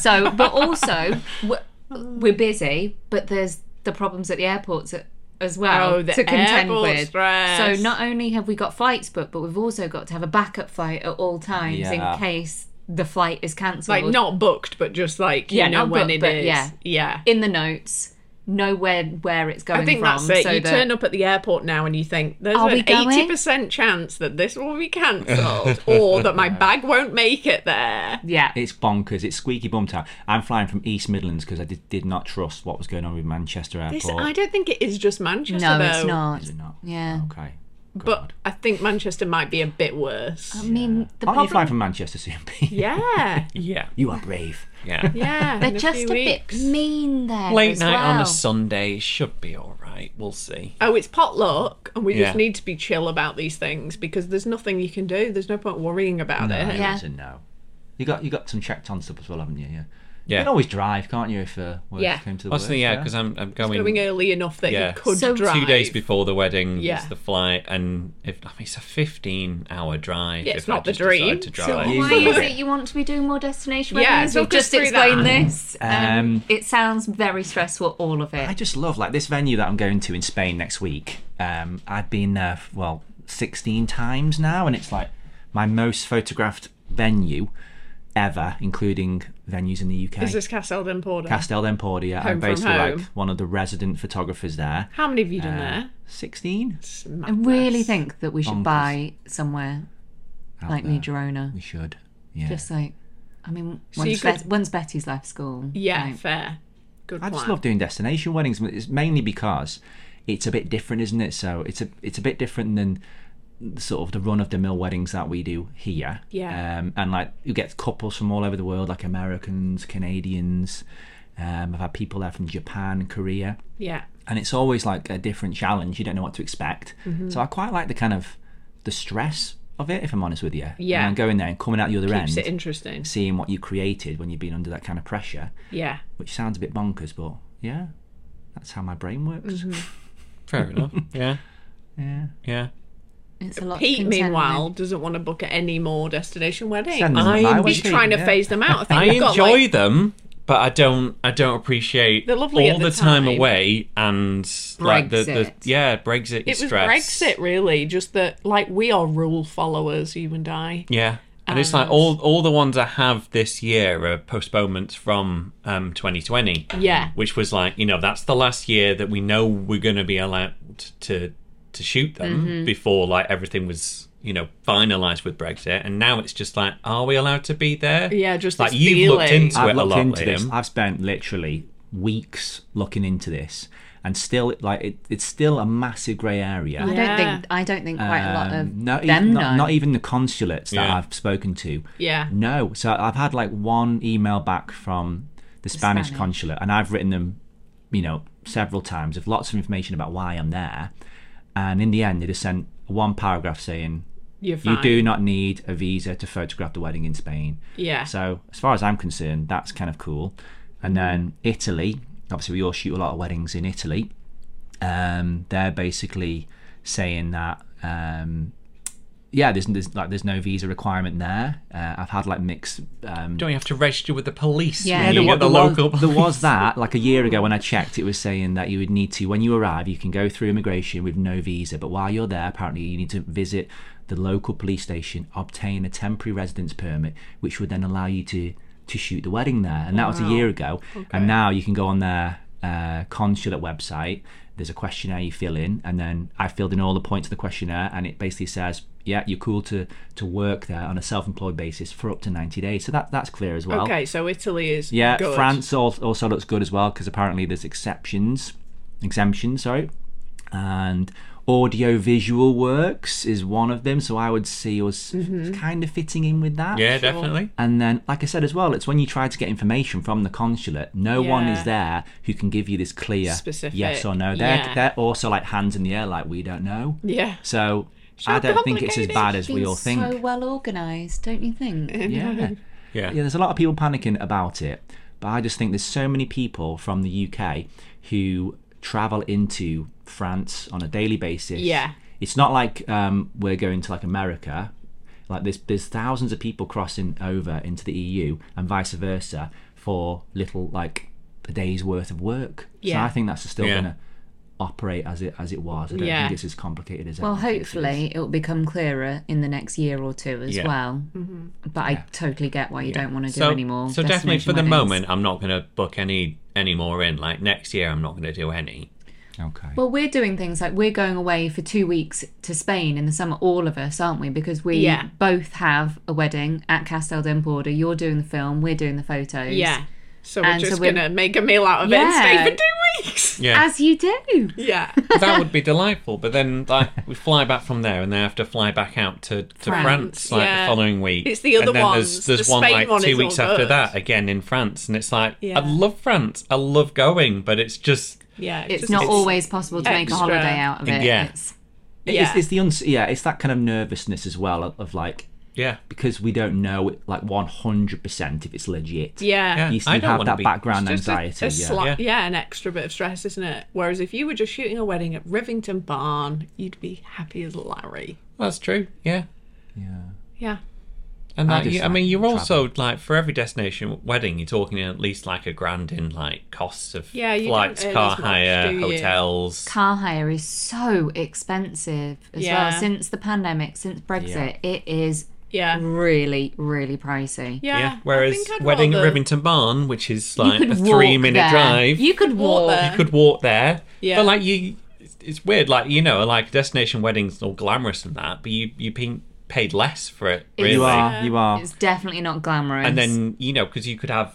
S2: So, but also we're, we're busy, but there's the problems at the airports a- as well
S3: Oh, the
S2: to contend
S3: airport
S2: with.
S3: stress.
S2: So not only have we got flights booked, but we've also got to have a backup flight at all times
S1: Yeah.
S2: in case the flight is cancelled.
S3: Like not booked, but just like you
S2: Yeah,
S3: know
S2: not
S3: when
S2: booked,
S3: it
S2: but
S3: is.
S2: yeah.
S3: yeah.
S2: in the notes, know where where it's going
S3: I think
S2: from.
S3: that's it.
S2: So
S3: you
S2: that,
S3: turn up at the airport now and you think there's
S2: Are we
S3: an
S2: going?
S3: eighty percent chance that this will be cancelled or that my bag won't make it there.
S2: yeah,
S1: It's bonkers. It's squeaky bum time. I'm flying from East Midlands because I did, did not trust what was going on with Manchester Airport.
S3: This, I don't think it is just Manchester
S2: no,
S3: though.
S2: it's not.
S1: Is it not? Oh,
S2: Yeah.
S1: Okay.
S3: But I think Manchester might be a bit worse.
S2: I mean,
S1: Aren't you
S2: the problem
S1: flying from Manchester CMP?
S3: Yeah.
S5: Yeah.
S1: You are brave.
S5: Yeah.
S3: Yeah.
S2: they're
S3: in
S2: just
S3: few
S2: a bit
S3: weeks.
S2: mean there.
S5: Late
S2: as
S5: night on
S2: well.
S5: a Sunday should be all right. We'll see.
S3: Oh, it's potluck, and we just
S5: Yeah.
S3: need to be chill about these things because there's nothing you can do. There's no point worrying about it.
S2: Yeah.
S1: Listen, no. You got you got some checked on stuff as well, haven't you? Yeah. You
S5: Yeah.
S1: can always drive, can't you? If uh, work
S3: Yeah.
S1: came to the
S5: That's the
S1: worst,
S5: yeah, because I'm I'm going,
S3: Going early enough that
S5: Yeah.
S3: you could
S2: So-
S3: drive
S5: two days before the wedding.
S3: Yeah.
S5: It's the flight, and if I mean, it's a 15 hour drive.
S3: Yeah, it's
S5: if
S3: not
S5: I
S3: the
S5: just decide
S3: dream.
S5: To
S3: So-
S5: drive.
S1: You-
S2: Why is it you want to be doing more destination
S3: Yeah,
S2: weddings?
S3: talk
S2: We've just
S3: us through
S2: explained
S3: that.
S2: this. Um,
S1: Um,
S2: it sounds very stressful, all of
S1: I
S2: it.
S1: just love like this venue that I'm going to in Spain next week. Um, I've been there f- well 16 times now, and it's like my most photographed venue ever, including venues in the UK.
S3: Is this Castel d'Importo?
S1: Castel d'Empordia.
S3: Home
S1: I'm
S3: from
S1: basically like
S3: home.
S1: one of the resident photographers there.
S3: How many have you done
S1: Uh,
S3: there?
S1: 16?
S3: It's
S2: I
S3: madness.
S2: really think that we should
S1: Bonkers.
S2: buy somewhere
S1: Out
S2: like
S1: there.
S2: New Girona.
S1: We should. Yeah.
S2: Just like, I mean,
S3: So you
S2: once,
S3: could-
S2: Bet- once Betty's left school.
S3: Yeah,
S2: like,
S3: fair. Good
S1: I
S3: plan.
S1: just love doing destination weddings. but It's mainly because it's a bit different, isn't it? So it's a it's a bit different than sort of the run of the mill weddings that we do here.
S3: Yeah.
S1: Um, and like you get couples from all over the world, like Americans, Canadians. Um, I've had people there from Japan, Korea,
S3: yeah.
S1: and it's always like a different challenge. You don't know what to expect.
S3: Mm-hmm.
S1: So I quite like the kind of the stress of it, if I'm honest with you.
S3: Yeah.
S1: And then going there and coming out the other
S3: Keeps it
S1: end,
S3: interesting.
S1: seeing what you created when you've been under that kind of pressure
S3: Yeah.
S1: which sounds a bit bonkers, but yeah, that's how my brain works.
S2: Mm-hmm.
S5: Fair enough. Yeah.
S1: Yeah.
S5: Yeah.
S2: It's a lot to
S3: Pete,
S2: contend with.
S3: meanwhile, doesn't want to book any more destination weddings.
S1: Send them
S5: I-
S1: my
S3: He's
S1: way.
S3: trying to
S1: Yeah.
S3: phase them out. I think
S5: I
S3: we've got,
S5: enjoy
S3: like,
S5: them, but I don't. I don't appreciate
S3: They're lovely
S5: all
S3: at the
S5: time.
S3: time.
S5: away and like the, the
S2: Brexit.
S5: yeah Brexit.
S3: it was
S5: stress.
S3: Brexit, really. Just that, like, we are rule followers, you and I.
S5: Yeah. And it's like all all the ones I have this year are postponements from um, 2020.
S3: Yeah.
S5: Which was like, you know, that's the last year that we know we're going to be allowed to to shoot them before like everything was, you know, finalized with Brexit. And now it's just like, are we allowed to be there?
S3: Yeah, just
S5: like
S3: this
S5: you've looked
S3: feeling.
S5: into
S1: I've
S5: it a
S1: looked
S5: lot,
S1: into this.
S5: Liam.
S1: I've spent literally weeks looking into this, and still, like, it, it's still a massive grey area.
S2: I
S3: Yeah.
S2: don't think I don't think quite a lot of
S1: Um, no,
S2: them
S1: even,
S2: know.
S1: not, not even the consulates that
S5: Yeah.
S1: I've spoken to.
S3: Yeah.
S1: No. So I've had like one email back from the, Spanish,
S2: Spanish.
S1: consulate, and I've written them, you know, several times with lots of information about why I'm there. And in the end, they just sent one paragraph saying,
S3: You're fine.
S1: You do not need a visa to photograph the wedding in Spain.
S3: Yeah.
S1: So, as far as I'm concerned, that's kind of cool. And then Italy, obviously, we all shoot a lot of weddings in Italy. Um, they're basically saying that, um, yeah, there's, there's like there's no visa requirement there. Uh, I've had like mixed. Um,
S5: Don't you have to register with the police?
S2: Yeah.
S5: when
S2: Yeah,
S5: you
S2: there
S5: get the
S1: was-
S5: local.
S1: there was that like a year ago when I checked, it was saying that you would need to when you arrive, you can go through immigration with no visa, but while you're there, apparently you need to visit the local police station, obtain a temporary residence permit, which would then allow you to to shoot the wedding there. And that was a year ago. And now you can go on their uh, consulate website. There's a questionnaire you fill in, and then I filled in all the points of the questionnaire, and it basically says, "Yeah, you're cool to to work there on a self-employed basis for up to 90 days." So that that's clear as well.
S3: okay, so Italy is.
S1: Yeah,
S3: good.
S1: France al- also looks good as well because apparently there's exceptions, exemptions, sorry, and Audio visual works is one of them, so I would see us
S3: Mm-hmm.
S1: kind of fitting in with that.
S5: Yeah, definitely.
S1: And then, like I said as well, it's when you try to get information from the consulate, no one
S3: Yeah.
S1: is there who can give you this clear
S3: Specific,
S1: yes or no. They're,
S3: yeah.
S1: they're also like hands in the air, like we don't know.
S3: Yeah.
S1: So
S3: So
S1: I don't think it's as
S3: complicated.
S1: bad as we all think.
S2: so well organised, don't you think?
S1: yeah.
S5: Yeah.
S1: yeah, there's a lot of people panicking about it, but I just think there's so many people from the UK who travel into France on a daily basis.
S3: Yeah.
S1: It's not like um, we're going to like America. Like there's there's thousands of people crossing over into the EU and vice versa for little like a day's worth of work.
S3: Yeah.
S1: So I think that's still
S5: Yeah.
S1: gonna operate as it as it was. I don't
S3: Yeah.
S1: think it's as complicated as
S2: Well,
S1: everyone thinks it is.
S2: hopefully it will become clearer in the next year or two as
S5: Yeah.
S2: well.
S3: Mm-hmm.
S2: But I totally get why you don't want to do
S5: So,
S2: any more.
S5: so definitely for
S2: destination
S5: the
S2: weddings.
S5: moment, I'm not going to book any any more in. Like next year, I'm not going to do any.
S1: Okay.
S2: Well, we're doing things like we're going away for two weeks to Spain in the summer, all of us, aren't we? Because we
S3: Yeah.
S2: both have a wedding at Castel d'Emporda. You're doing the film, we're doing the photos.
S3: Yeah. So
S2: And
S3: we're
S2: so
S3: just
S2: we're-
S3: going to make a meal out of it
S2: Yeah.
S3: and stay for two weeks.
S5: Yeah,
S2: As you do.
S3: Yeah.
S5: that would be delightful. But then like, we fly back from there, and then I have to fly back out to, to France,
S3: France,
S5: like
S3: yeah.
S5: the following week.
S3: It's the other
S5: and then
S3: ones.
S5: There's, there's
S3: The
S5: one
S3: Spain
S5: like
S3: one
S5: two
S3: is
S5: weeks
S3: all
S5: after
S3: good.
S5: that again in France, and it's like
S3: Yeah.
S5: I love France. I love going, but it's just
S3: Yeah.
S2: It's
S3: just-
S2: not always possible to make a
S3: extra.
S2: holiday out of it.
S5: Yeah.
S2: It's,
S3: Yeah.
S1: It's, it's the uns- yeah, it's that kind of nervousness as well of, of like
S5: yeah.
S1: because we don't know like 100% if it's legit.
S3: Yeah.
S5: Yeah.
S1: You
S5: I
S1: still
S5: don't
S1: have
S5: wanna
S1: that
S5: be-
S1: background
S3: Just a-
S1: anxiety.
S3: a
S1: yeah.
S3: sli-
S5: Yeah.
S3: yeah. an extra bit of stress, isn't it? Whereas if you were just shooting a wedding at Rivington Barn, you'd be happy as Larry.
S5: That's true. Yeah.
S1: yeah.
S3: Yeah.
S5: And
S1: I
S5: that,
S1: just
S5: you- I
S1: like
S5: mean, you're
S1: travel.
S5: also like for every destination wedding, you're talking at least like a grand in like costs of
S3: Yeah, you don't
S5: flights,
S3: earn
S5: car
S3: as much,
S5: hire,
S3: do you?
S5: hotels.
S2: car hire is so expensive as
S3: Yeah.
S2: well. Since the pandemic, since Brexit, it is
S3: Yeah.
S2: really, really pricey.
S3: Yeah.
S5: Mm. Yeah.
S3: I
S5: Whereas
S3: think I'd
S5: wedding at
S3: rather-
S5: Rivington Barn, which is
S2: You
S5: like
S2: could
S5: a
S2: walk
S5: three minute
S2: there.
S5: drive,
S2: You could
S3: Walk
S2: walk.
S3: there.
S5: you could walk there.
S3: Yeah.
S5: But like you, it's- it's weird. Like you know, like destination weddings all glamorous and that, but you you pay paid less for it. Really.
S1: You are, you are.
S2: It's definitely not glamorous.
S5: And then you know, because you could have.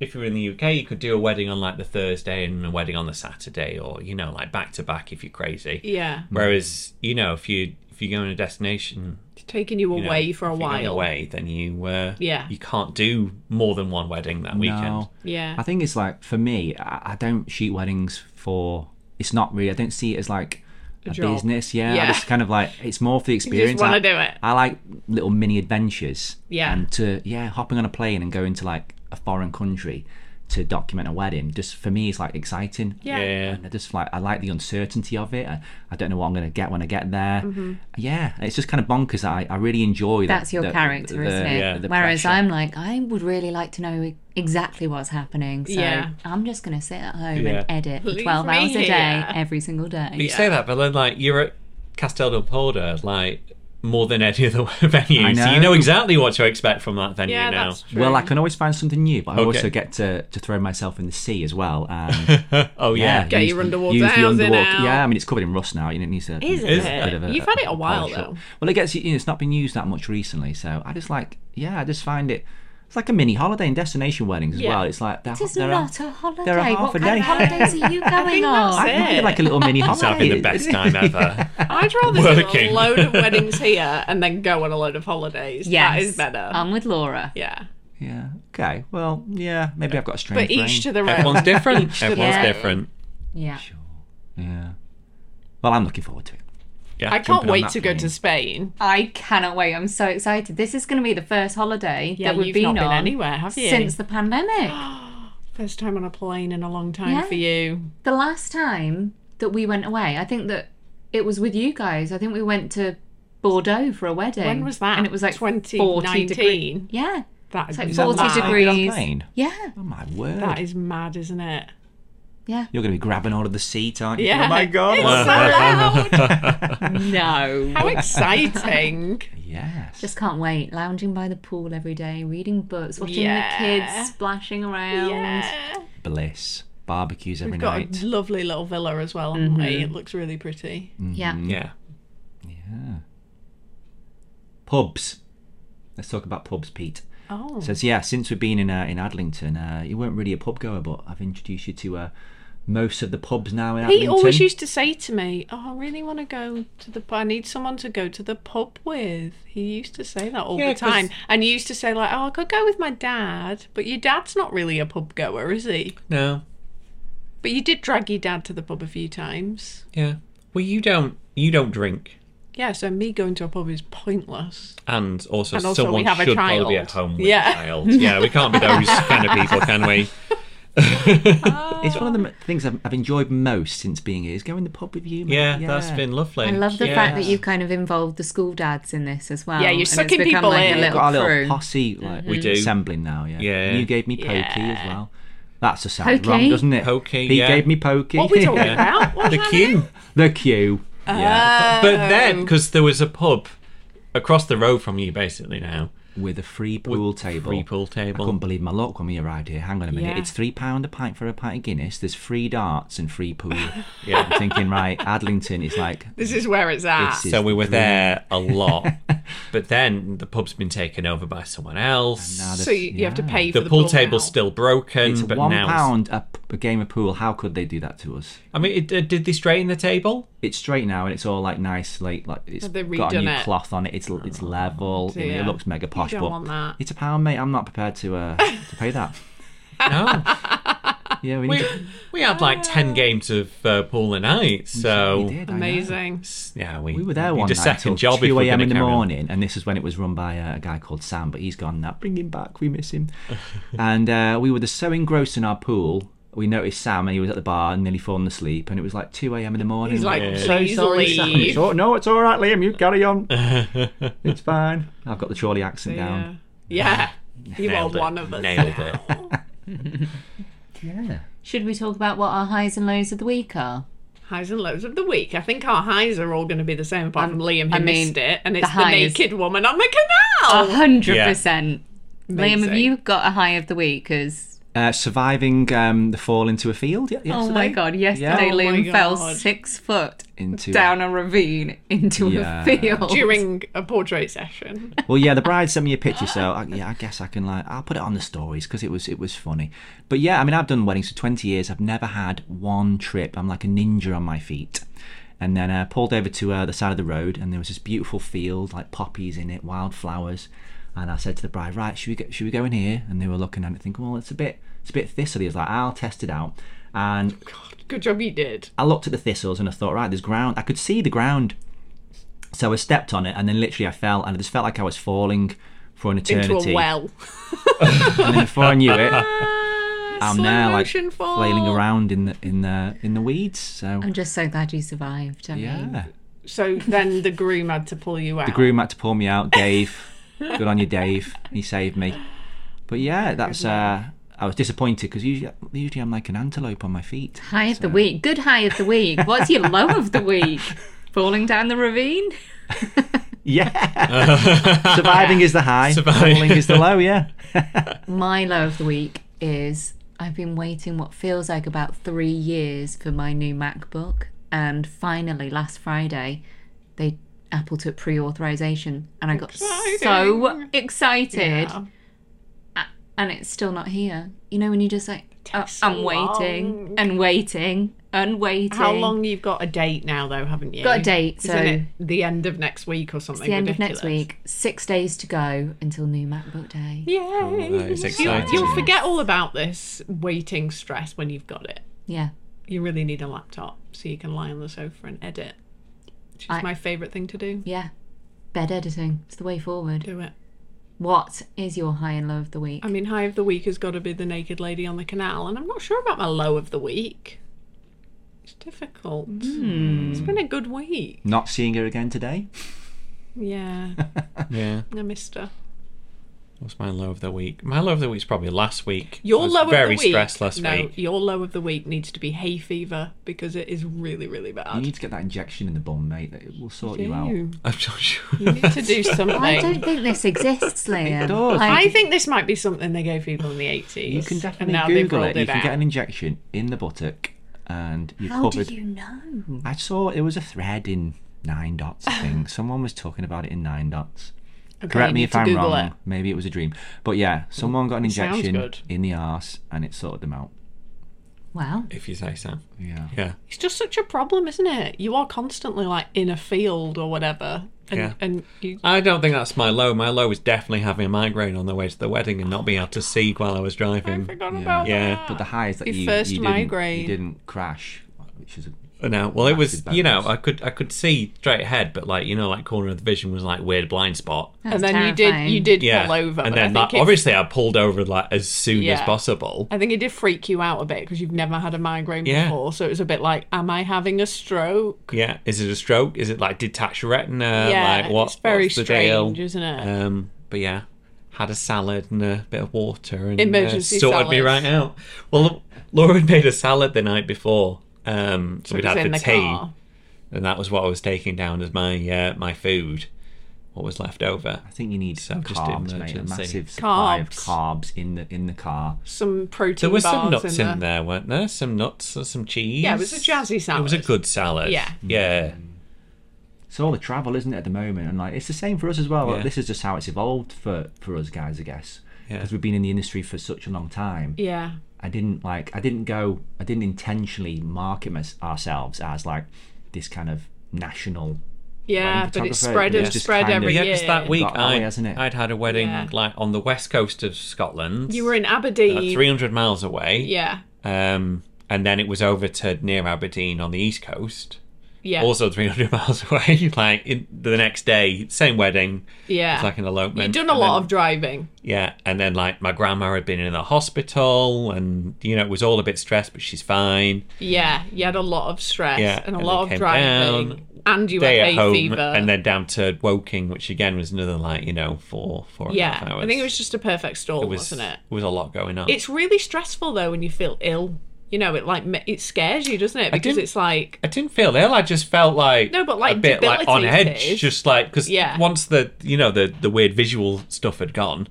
S5: If you were in the UK, you could do a wedding on like the Thursday and a wedding on the Saturday, or you know, like back to back if you're crazy.
S3: Yeah.
S5: Whereas you know, if you if you go on a destination
S3: It's taking you
S5: you know,
S3: away for a
S5: if you're going
S3: while.
S5: away, then you uh,
S3: Yeah.
S5: you can't do more than one wedding that weekend.
S1: No.
S3: Yeah.
S1: I think it's like for me, I, I don't shoot weddings for. It's not really. I don't see it as like a,
S3: job.
S1: business. Yeah,
S3: Yeah.
S1: I just kind of like it's more for the
S3: just
S1: experience.
S3: wanna
S1: I-
S3: do it.
S1: I like little mini adventures.
S3: Yeah.
S1: and to yeah, hopping on a plane and going to like a foreign country to document a wedding just for me is like exciting.
S3: Yeah.
S5: Yeah.
S1: And I just like I like the uncertainty of it. I, I don't know what I'm going to get when I get there.
S3: Mm-hmm.
S1: Yeah, it's just kind of bonkers. That I, I really enjoy that.
S2: That's your
S1: the-
S2: character,
S1: the-
S2: isn't it?
S5: yeah, the
S2: Whereas
S1: pressure.
S2: I'm like, I would really like to know e-, exactly what's happening. So
S3: Yeah.
S2: I'm just going to sit at home
S5: Yeah.
S2: and edit for
S3: Leave
S2: 12
S3: me
S2: hours a day
S3: here.
S2: every single day.
S5: But you say that, but then like you're at Castel del Polder, like more than any other venue,
S1: I
S5: so you
S1: know.
S5: know exactly what to expect from that venue
S3: yeah,
S5: now.
S3: that's true.
S1: Well, I can always find something new, but I
S5: Okay.
S1: also get to, to throw myself in the sea as well. And
S5: Oh
S1: yeah,
S5: yeah,
S3: Get
S1: use-
S3: your underwater
S1: use the
S3: housing
S1: underwater-
S3: out.
S1: Yeah, I mean it's covered in rust now. You know, it needs a,
S3: Is
S1: a
S3: it?
S1: bit of a-
S3: You've had it a while,
S1: polish up.
S3: though.
S1: Well, it gets you know it's not been used that much recently, so I just like yeah, I just find it. It's like a mini holiday and destination weddings as
S3: Yeah.
S1: well. It's like they're,
S2: It is
S1: they're
S2: not a holiday.
S1: they're a half
S2: what
S1: a
S2: kind
S1: day.
S2: of holidays are you going on?
S1: I find it
S3: it.
S1: like a little mini
S5: it's having
S1: holiday.
S5: the best time ever.
S3: I'd rather do a
S5: Working.
S3: load of weddings here and then go on a load of holidays.
S2: Yes. Um,
S3: That is better.
S2: I'm with Laura.
S3: yeah.
S1: Yeah. Okay. Well, yeah. Maybe I've got a strange
S3: But each
S1: brain.
S3: to their own.
S5: Everyone's different. Everyone's
S2: Yeah.
S5: different.
S2: Yeah.
S1: Yeah. Well, I'm looking forward to it.
S5: Yeah,
S3: I can't
S1: jumping on
S3: wait
S1: that
S3: to go to
S1: plane.
S3: Spain.
S2: I cannot wait. I'm so excited. This is going to be the first holiday
S3: Yeah,
S2: that we've
S3: you've
S2: been
S3: not been
S2: on
S3: anywhere, have you?
S2: since the pandemic.
S3: First time on a plane in a long time
S2: Yeah.
S3: for you.
S2: the last time that we went away, I think that it was with you guys. I think we went to Bordeaux for a wedding.
S3: When was that?
S2: And it was like 40 degrees.
S3: 2019.
S2: Yeah.
S3: That
S2: It's like
S3: is
S2: 40
S3: mad.
S1: Are you on a
S2: degrees.
S1: plane?
S2: Yeah.
S1: Oh my word.
S3: That is mad, isn't it?
S2: Yeah.
S1: You're going to be grabbing hold of the seat, aren't you?
S3: Yeah.
S1: Oh my god.
S3: It's so loud.
S2: No.
S3: How exciting.
S1: yes.
S2: Just can't wait. Lounging by the pool every day, reading books, watching
S3: Yeah.
S2: the kids splashing around.
S3: yeah.
S1: bliss. Barbecues every
S3: We've got
S1: night.
S3: a lovely little villa as well, haven't we? It looks really pretty.
S2: Yeah.
S1: Mm-hmm. Mm.
S5: Yeah.
S1: Pubs. Let's talk about pubs, Pete.
S3: Oh.
S1: Says yeah. Since we've been in uh, in Adlington, uh, you weren't really a pub goer, but I've introduced you to a, most of the pubs now in
S3: He
S1: Atlington.
S3: always used to say to me, "Oh, I really want to go to the. pub. I need someone to go to the pub with." He used to say that all
S5: Yeah,
S3: the
S5: 'cause-
S3: time, and he used to say like, "Oh, I could go with my dad," but your dad's not really a pub goer, is he?
S5: No,
S3: But you did drag your dad to the pub a few times.
S5: yeah. Well, you don't. You don't drink,
S3: Yeah, so me going to a pub is pointless.
S5: and also,
S3: And also we
S5: someone
S3: have a
S5: should probably be at
S3: child.
S5: home with
S3: Yeah.
S5: a child. Yeah, we can't be those kind of people, can we?
S1: It's one of the m- things I've, I've enjoyed most since being here is going to the pub with you. mate.
S5: Yeah, that's been lovely.
S2: I love the
S5: Yeah.
S2: fact that you've kind of involved the school dads in this as well.
S3: Yeah, you're
S2: and it's
S3: sucking
S2: become
S3: people
S2: like
S3: in.
S2: A little
S1: got a little
S2: crew.
S1: posse like
S5: We do.
S1: assembling now. Yeah,
S5: Yeah.
S1: You gave me pokey
S3: Mm-hmm. Yeah.
S1: as well. That's a sound
S2: Pokey?
S1: wrong, doesn't it?
S5: Pokey,
S1: He
S5: yeah.
S1: gave me pokey.
S3: What are we talking about? What's
S5: the
S3: that?
S5: queue.
S1: the queue. Uh.
S5: Yeah, but, but
S3: Um,
S5: then because there was a pub across the road from you, basically now.
S1: with a free pool table.
S5: free pool table.
S1: I couldn't believe my luck when we arrived here. Hang on a minute.
S3: Yeah.
S1: It's three pound a pint for a pint of Guinness. There's free darts and free pool.
S5: Yeah.
S1: I'm thinking, right, Adlington is like
S3: This is where it's at.
S1: This is-
S5: So we were
S1: Dream.
S5: there a lot, but then the pub's been taken over by someone else.
S1: now the-
S3: so you, you have to
S1: yeah.
S3: pay
S5: the
S3: for the
S5: pool
S3: pool
S5: table's
S3: now.
S5: still broken,
S1: it's
S5: but
S1: one
S5: now it's-
S1: pound a, p- a game of pool. How could they do that to us?
S5: I mean, it, uh, did they straighten the table?
S1: It's straight now and it's all like nice, like like it's
S3: Have they
S1: got a new
S3: redone it?
S1: cloth on it. It's l- it's level.
S3: So,
S1: you know,
S3: yeah.
S1: It looks mega posh,
S3: don't
S1: but
S3: want that.
S1: it's a pound, mate. I'm not prepared to uh to pay that.
S5: No,
S1: Yeah, we,
S5: we
S1: need
S5: we had like ten games of uh, pool a night. So
S1: Ah. we did, I know.
S3: Amazing.
S5: yeah, we
S1: We were there
S5: we
S1: one
S5: did
S1: night
S5: a second
S1: till
S5: job if
S1: 2
S5: we're
S1: a.m.
S5: gonna
S1: in the
S5: carry on.
S1: morning, and this is when it was run by a, a guy called Sam, but he's gone now. Bring him back, we miss him. and uh, we were just so engrossed in our pool, we noticed Sam, and he was at the bar and nearly fallen asleep, and it was like 2 a.m. in the morning.
S3: He's like,
S1: I'm
S3: "Please
S1: Sam."
S3: leave."
S1: It's all- no, it's all right, Liam. You carry on. it's fine. I've got the Chorley accent
S3: Yeah.
S1: down.
S3: Yeah. You
S5: Nailed
S3: are
S5: it.
S3: one of us.
S5: Nailed it.
S1: Yeah.
S2: Should we talk about what our highs and lows of the week are?
S3: Highs and lows of the week. I think our highs are all going to be the same apart from Liam who
S2: I mean,
S3: missed it, and
S2: the
S3: it's Um, the,
S2: highs.
S3: naked woman on the canal.
S2: A hundred percent. Liam,
S3: Amazing.
S2: have you got a high of the week? Because
S1: Uh, surviving um, the fall into a field ye- yesterday.
S2: oh my god, yesterday
S3: Oh my
S2: Liam fell
S3: God.
S2: six foot
S1: Into
S2: down a ravine into
S1: Yeah.
S2: a
S3: Oh.
S2: field.
S3: During a portrait session,
S1: Well, yeah, the bride sent me a picture, so I, yeah, I guess I can like I'll put it on the stories because it was it was funny. But yeah, I mean, I've done weddings for twenty years. I've never had one trip. I'm like a ninja on my feet. And then I pulled over to uh, the side of the road, and there was this beautiful field, like poppies in it, wildflowers. And I said to the bride, "Right, should we go, should we go in here?" And they were looking at it, thinking, "Well, it's a bit it's a bit thistly." I was like, "I'll test it out." And
S3: good job you did.
S1: I looked at the thistles and I thought, right, there's ground. I could see the ground. So I stepped on it and then literally I fell and I just felt like I was falling for an eternity.
S3: Into a well.
S1: And then before I knew it, I'm
S3: Ah, slow
S1: now like
S3: motion fall.
S1: flailing around in the in the in the weeds. So
S2: I'm just so glad you survived. I mean,
S1: yeah.
S3: So then the groom had to pull you out.
S1: The groom had to pull me out, Dave. good on you, Dave. He saved me. But yeah, that's uh I was disappointed because usually, usually I'm like an antelope on my feet.
S2: high of the week. Good high of the week. What's your low of the week? Falling down the ravine.
S1: Yeah. Surviving is the high,
S5: Surviving.
S1: falling is the low, yeah.
S2: My low of the week is I've been waiting what feels like about three years for my new MacBook, and finally last Friday, they Apple took pre-authorization, and I got so
S3: Exciting.
S2: excited,
S3: Yeah.
S2: A- and it's still not here. You know when you just like "Oh,
S3: takes
S2: I'm
S3: so
S2: waiting
S3: long.
S2: and waiting and waiting.
S3: How long you've got a date now, though, haven't you?
S2: Got a date,
S3: Isn't
S2: so-
S3: it the end of next week or something?
S2: It's the end
S3: ridiculous?
S2: of next week. Six days to go until new MacBook Day.
S3: Yay!
S5: that is
S3: you'll,
S5: exciting.
S3: you'll forget all about this waiting stress when you've got it.
S2: Yeah.
S3: You really need a laptop so you can lie on the sofa and edit. Which is
S2: I-
S3: my favourite thing to do.
S2: Yeah. Bed editing. It's the way forward.
S3: Do it.
S2: What is your high and low of the week?
S3: I mean, high of the week has got to be the naked lady on the canal, and I'm not sure about my low of the week. It's difficult.
S2: Hmm.
S3: It's been a good week.
S1: Not seeing her again today.
S3: Yeah,
S5: Yeah,
S3: I missed her.
S5: what's my low of the week? My low of the week's probably last week. I
S3: Your
S5: was
S3: low of
S5: very
S3: the week.
S5: stressed last
S3: no,
S5: week.
S3: your low of the week needs to be hay fever because it is really, really
S1: You
S3: bad.
S1: need to get that injection in the bum, mate. It will sort you out.
S3: You
S5: I'm not sure.
S3: need to do something.
S2: I don't think this exists, Liam.
S1: does.
S2: Like,
S3: I think this might be something they gave people in the 80s.
S1: You can
S3: and
S1: definitely
S3: now they've
S1: Google
S3: rolled
S1: it. You can
S3: out.
S1: get an injection in the buttock, and you're
S2: how
S1: covered.
S2: do you know?
S1: I saw it was a thread in Nine Dots I think. Someone was talking about it in Nine Dots.
S3: Okay,
S1: Correct
S3: you
S1: me
S3: need
S1: if
S3: to
S1: I'm
S3: Google
S1: wrong.
S3: it.
S1: Maybe it was a dream. But yeah, someone got an
S3: sounds
S1: injection
S3: good.
S1: in the arse, and it sorted them out.
S2: Well,
S5: if you say so.
S1: Yeah.
S5: Yeah.
S3: It's just such a problem, isn't it? You are constantly like in a field or whatever, and,
S5: Yeah.
S3: and you
S5: I don't think that's my low. My low is definitely having a migraine on the way to the wedding and not being able to see while I was
S3: I
S5: driving.
S3: forgot about
S5: Mm, Yeah.
S3: that.
S1: But the high is that
S3: Your
S1: you,
S3: first
S1: you, didn't,
S3: migraine.
S1: you didn't crash, which is a,
S5: No, well, it was
S1: Massive
S5: you know
S1: bonus.
S5: I could I could see straight ahead, but like you know like corner of the vision was like weird blind spot.
S3: and then
S2: terrifying.
S3: you did you did
S5: Yeah,
S3: pull over,
S5: and
S3: but I
S5: then
S3: think
S5: like,
S3: it-
S5: obviously I pulled over like as soon as
S3: Yeah.
S5: possible.
S3: I think it did freak you out a bit because you've never had a migraine
S5: Yeah.
S3: before, so it was a bit like, "Am I having a stroke?"
S5: Yeah, is it a stroke? Is it like detached retina?
S3: yeah,
S5: Uh, like what,
S3: it's very
S5: what's the
S3: strange,
S5: deal?
S3: isn't it?
S5: Um, but yeah, had a salad and a bit of water and
S3: Emergency
S5: uh, sorted me
S3: salad.
S5: right out. Well, Laura had made a salad the night before, um, so
S3: It
S5: we'd
S3: was
S5: had
S3: in
S5: for
S3: the
S5: tea,
S3: car.
S5: and that was what I was taking down as my uh, my food, what was left over.
S1: I think you need
S5: So just
S1: carbs, mate. A
S5: emergency.
S1: massive supply of carbs in the in the car.
S3: Some protein.
S5: There were some
S3: bars
S5: nuts in,
S3: in, there.
S5: there, weren't there? Some nuts, uh, some cheese.
S3: Yeah, it was a jazzy
S5: It was a
S3: salad.
S5: good salad.
S3: Yeah.
S5: yeah.
S1: It's all the travel, isn't it, at the moment? And like, it's the same for us as well. Like,
S5: Yeah.
S1: this is just how it's evolved for for us guys, I guess,
S5: Yeah.
S1: because we've been in the industry for such a long time.
S3: Yeah,
S1: I didn't like I didn't go I didn't intentionally market mys- ourselves as like this kind of national
S3: yeah,
S1: Wedding
S3: but
S1: photographer,
S3: it's spread
S1: yeah.
S3: and
S1: It's just
S3: spread
S1: kind of-
S3: every
S5: Yeah,
S3: year.
S5: because that week
S1: Got that
S5: I,
S1: way, hasn't it?
S5: I'd had a wedding
S3: Yeah.
S5: like on the west coast of Scotland.
S3: you were in Aberdeen.
S5: like 300 miles away.
S3: Yeah,
S5: Um, and then it was over to near Aberdeen on the east coast,
S3: yeah,
S5: also 300 miles away. like in, the next day, same wedding.
S3: yeah.
S5: It's like an elopement.
S3: Ah. You've done a
S5: And
S3: lot
S5: then-
S3: of driving.
S5: Yeah, and then like my grandma had been in the hospital, and you know it was all a bit stressed, but she's fine.
S3: Yeah, you had a lot of stress
S5: Yeah,
S3: and a
S5: and
S3: lot
S5: it
S3: of
S5: came
S3: driving,
S5: down,
S3: and you
S5: Day
S3: had
S5: at
S3: hay
S5: home,
S3: fever.
S5: and then down to Woking, which again was another like you know four four and a half
S3: yeah,
S5: hours.
S3: I think it was just a perfect storm,
S5: It was,
S3: wasn't it?
S5: was a lot going on.
S3: It's really stressful though when you feel ill. You know, it like ma- it scares you, doesn't it? Because
S5: didn't-
S3: it's like
S5: I didn't feel ill. I just felt like
S3: No, but, like,
S5: a bit like on
S3: debilitated.
S5: edge, just like because
S3: Yeah.
S5: once the you know the the weird visual stuff had gone,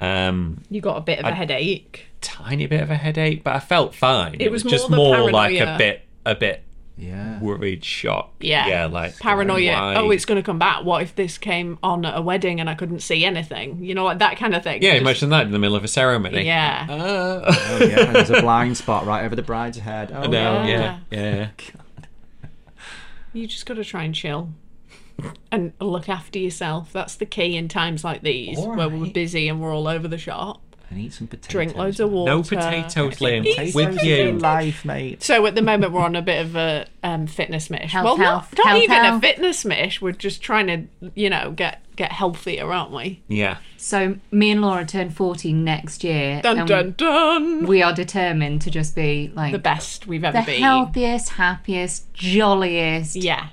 S5: um,
S3: you got a bit of a headache.
S5: tiny bit of a headache, but I felt fine. It,
S3: was
S5: just
S3: more
S5: more
S3: the
S5: like a
S3: paranoia.
S5: bit a bit
S1: yeah
S5: worried shock.
S3: Yeah.
S5: yeah, like
S3: Paranoia.
S5: why-
S3: Oh, it's going to come back. What if this came on at a wedding and I couldn't see anything? You know, like that kind of thing.
S5: yeah.
S3: Just-
S5: Imagine that in the middle of a ceremony.
S3: Yeah.
S5: Uh,
S1: oh yeah and there's a blind spot right over the bride's head oh
S5: no,
S1: yeah.
S5: yeah, yeah,
S3: You just got to try and chill and look after yourself. That's the key in times like these
S1: All
S3: where we're
S1: right.
S3: busy and we're all over the shop.
S1: and eat some potatoes
S3: Drink loads of water.
S5: No potatoes, Liam.
S1: Potatoes
S5: With
S1: is
S5: you,
S1: life mate
S3: So at the moment we're on a bit of a um, fitness mish.
S2: Health,
S3: well,
S2: health,
S3: not, not
S2: health,
S3: even a
S2: health.
S3: fitness mish. We're just trying to, you know, get get healthier, aren't we?
S5: yeah.
S2: so me and Laura turn 14 next year.
S3: Dun
S2: and
S3: dun dun.
S2: We are determined to just be like
S3: The best we've ever
S2: the
S3: been.
S2: healthiest, happiest, jolliest, yeah.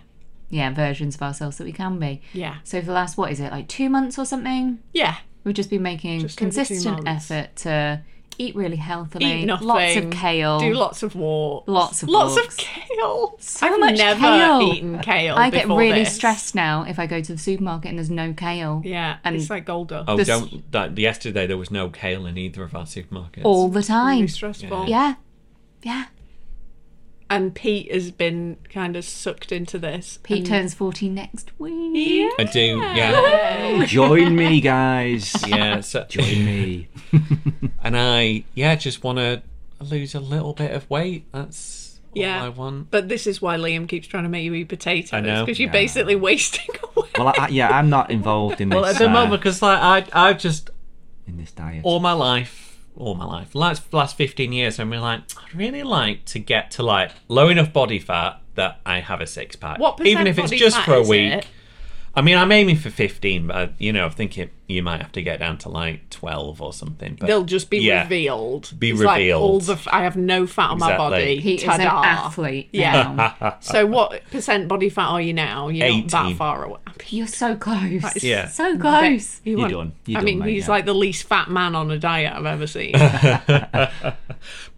S3: Yeah.
S2: versions of ourselves that we can be.
S3: Yeah.
S2: So for the last what is it like two months or something,
S3: Yeah.
S2: we've just been making
S3: Just over two
S2: consistent
S3: months.
S2: effort to eat really healthily,
S3: Eat nothing.
S2: lots of kale.
S3: Do lots of walks.
S2: Lots of
S3: lots
S2: walks.
S3: of kale.
S2: So
S3: I've
S2: much
S3: never
S2: kale.
S3: eaten kale.
S2: I get
S3: before
S2: really
S3: this.
S2: stressed now if I go to the supermarket and there's no kale.
S3: Yeah,
S2: And-
S3: it's like Golda.
S5: Oh,
S2: This-
S5: don't. That, yesterday there was no kale in either of our supermarkets.
S3: Oh,
S2: all the time.
S3: really stressful.
S2: yeah. Yeah.
S3: And Pete has been kind of sucked into this.
S2: Pete turns 14 next week.
S5: I do. Yeah,
S1: join me guys
S5: yeah. So,
S1: join me
S5: and I yeah just want to lose a little bit of weight. That's
S3: Yeah.
S5: all I want.
S3: But this is why Liam keeps trying to make you eat potatoes.
S5: I know.
S3: Because you're basically wasting away.
S1: well I, I, yeah I'm not involved in this
S5: Well, at the
S1: uh,
S5: moment, because like I I've just
S1: in this diet
S5: all my life, all my life, last last fifteen years, I'm really like I'd really like to get to like low enough body fat that I have a six pack.
S3: What percent
S5: even if it's
S3: body
S5: just
S3: fat
S5: for a
S3: is
S5: week.
S3: it?
S5: I mean, I'm aiming for 15, but I, you know, I think it, you might have to get down to like 12 or something. But
S3: They'll just be
S5: yeah.
S3: revealed.
S5: Be
S3: It's like
S5: revealed.
S3: all the f- I have no fat on my
S5: Exactly.
S3: body.
S2: Pete is an
S3: Ta-da.
S2: athlete.
S3: Yeah.
S2: now.
S3: so what percent body fat are you now? You're not that
S5: 18.
S3: far away.
S2: You're so close.
S5: Yeah.
S2: So close.
S3: You
S1: you're
S3: want-
S1: done you're
S3: I
S1: done,
S3: mean,
S1: mate,
S3: he's
S1: yeah.
S3: like the least fat man on a diet I've ever seen.
S5: But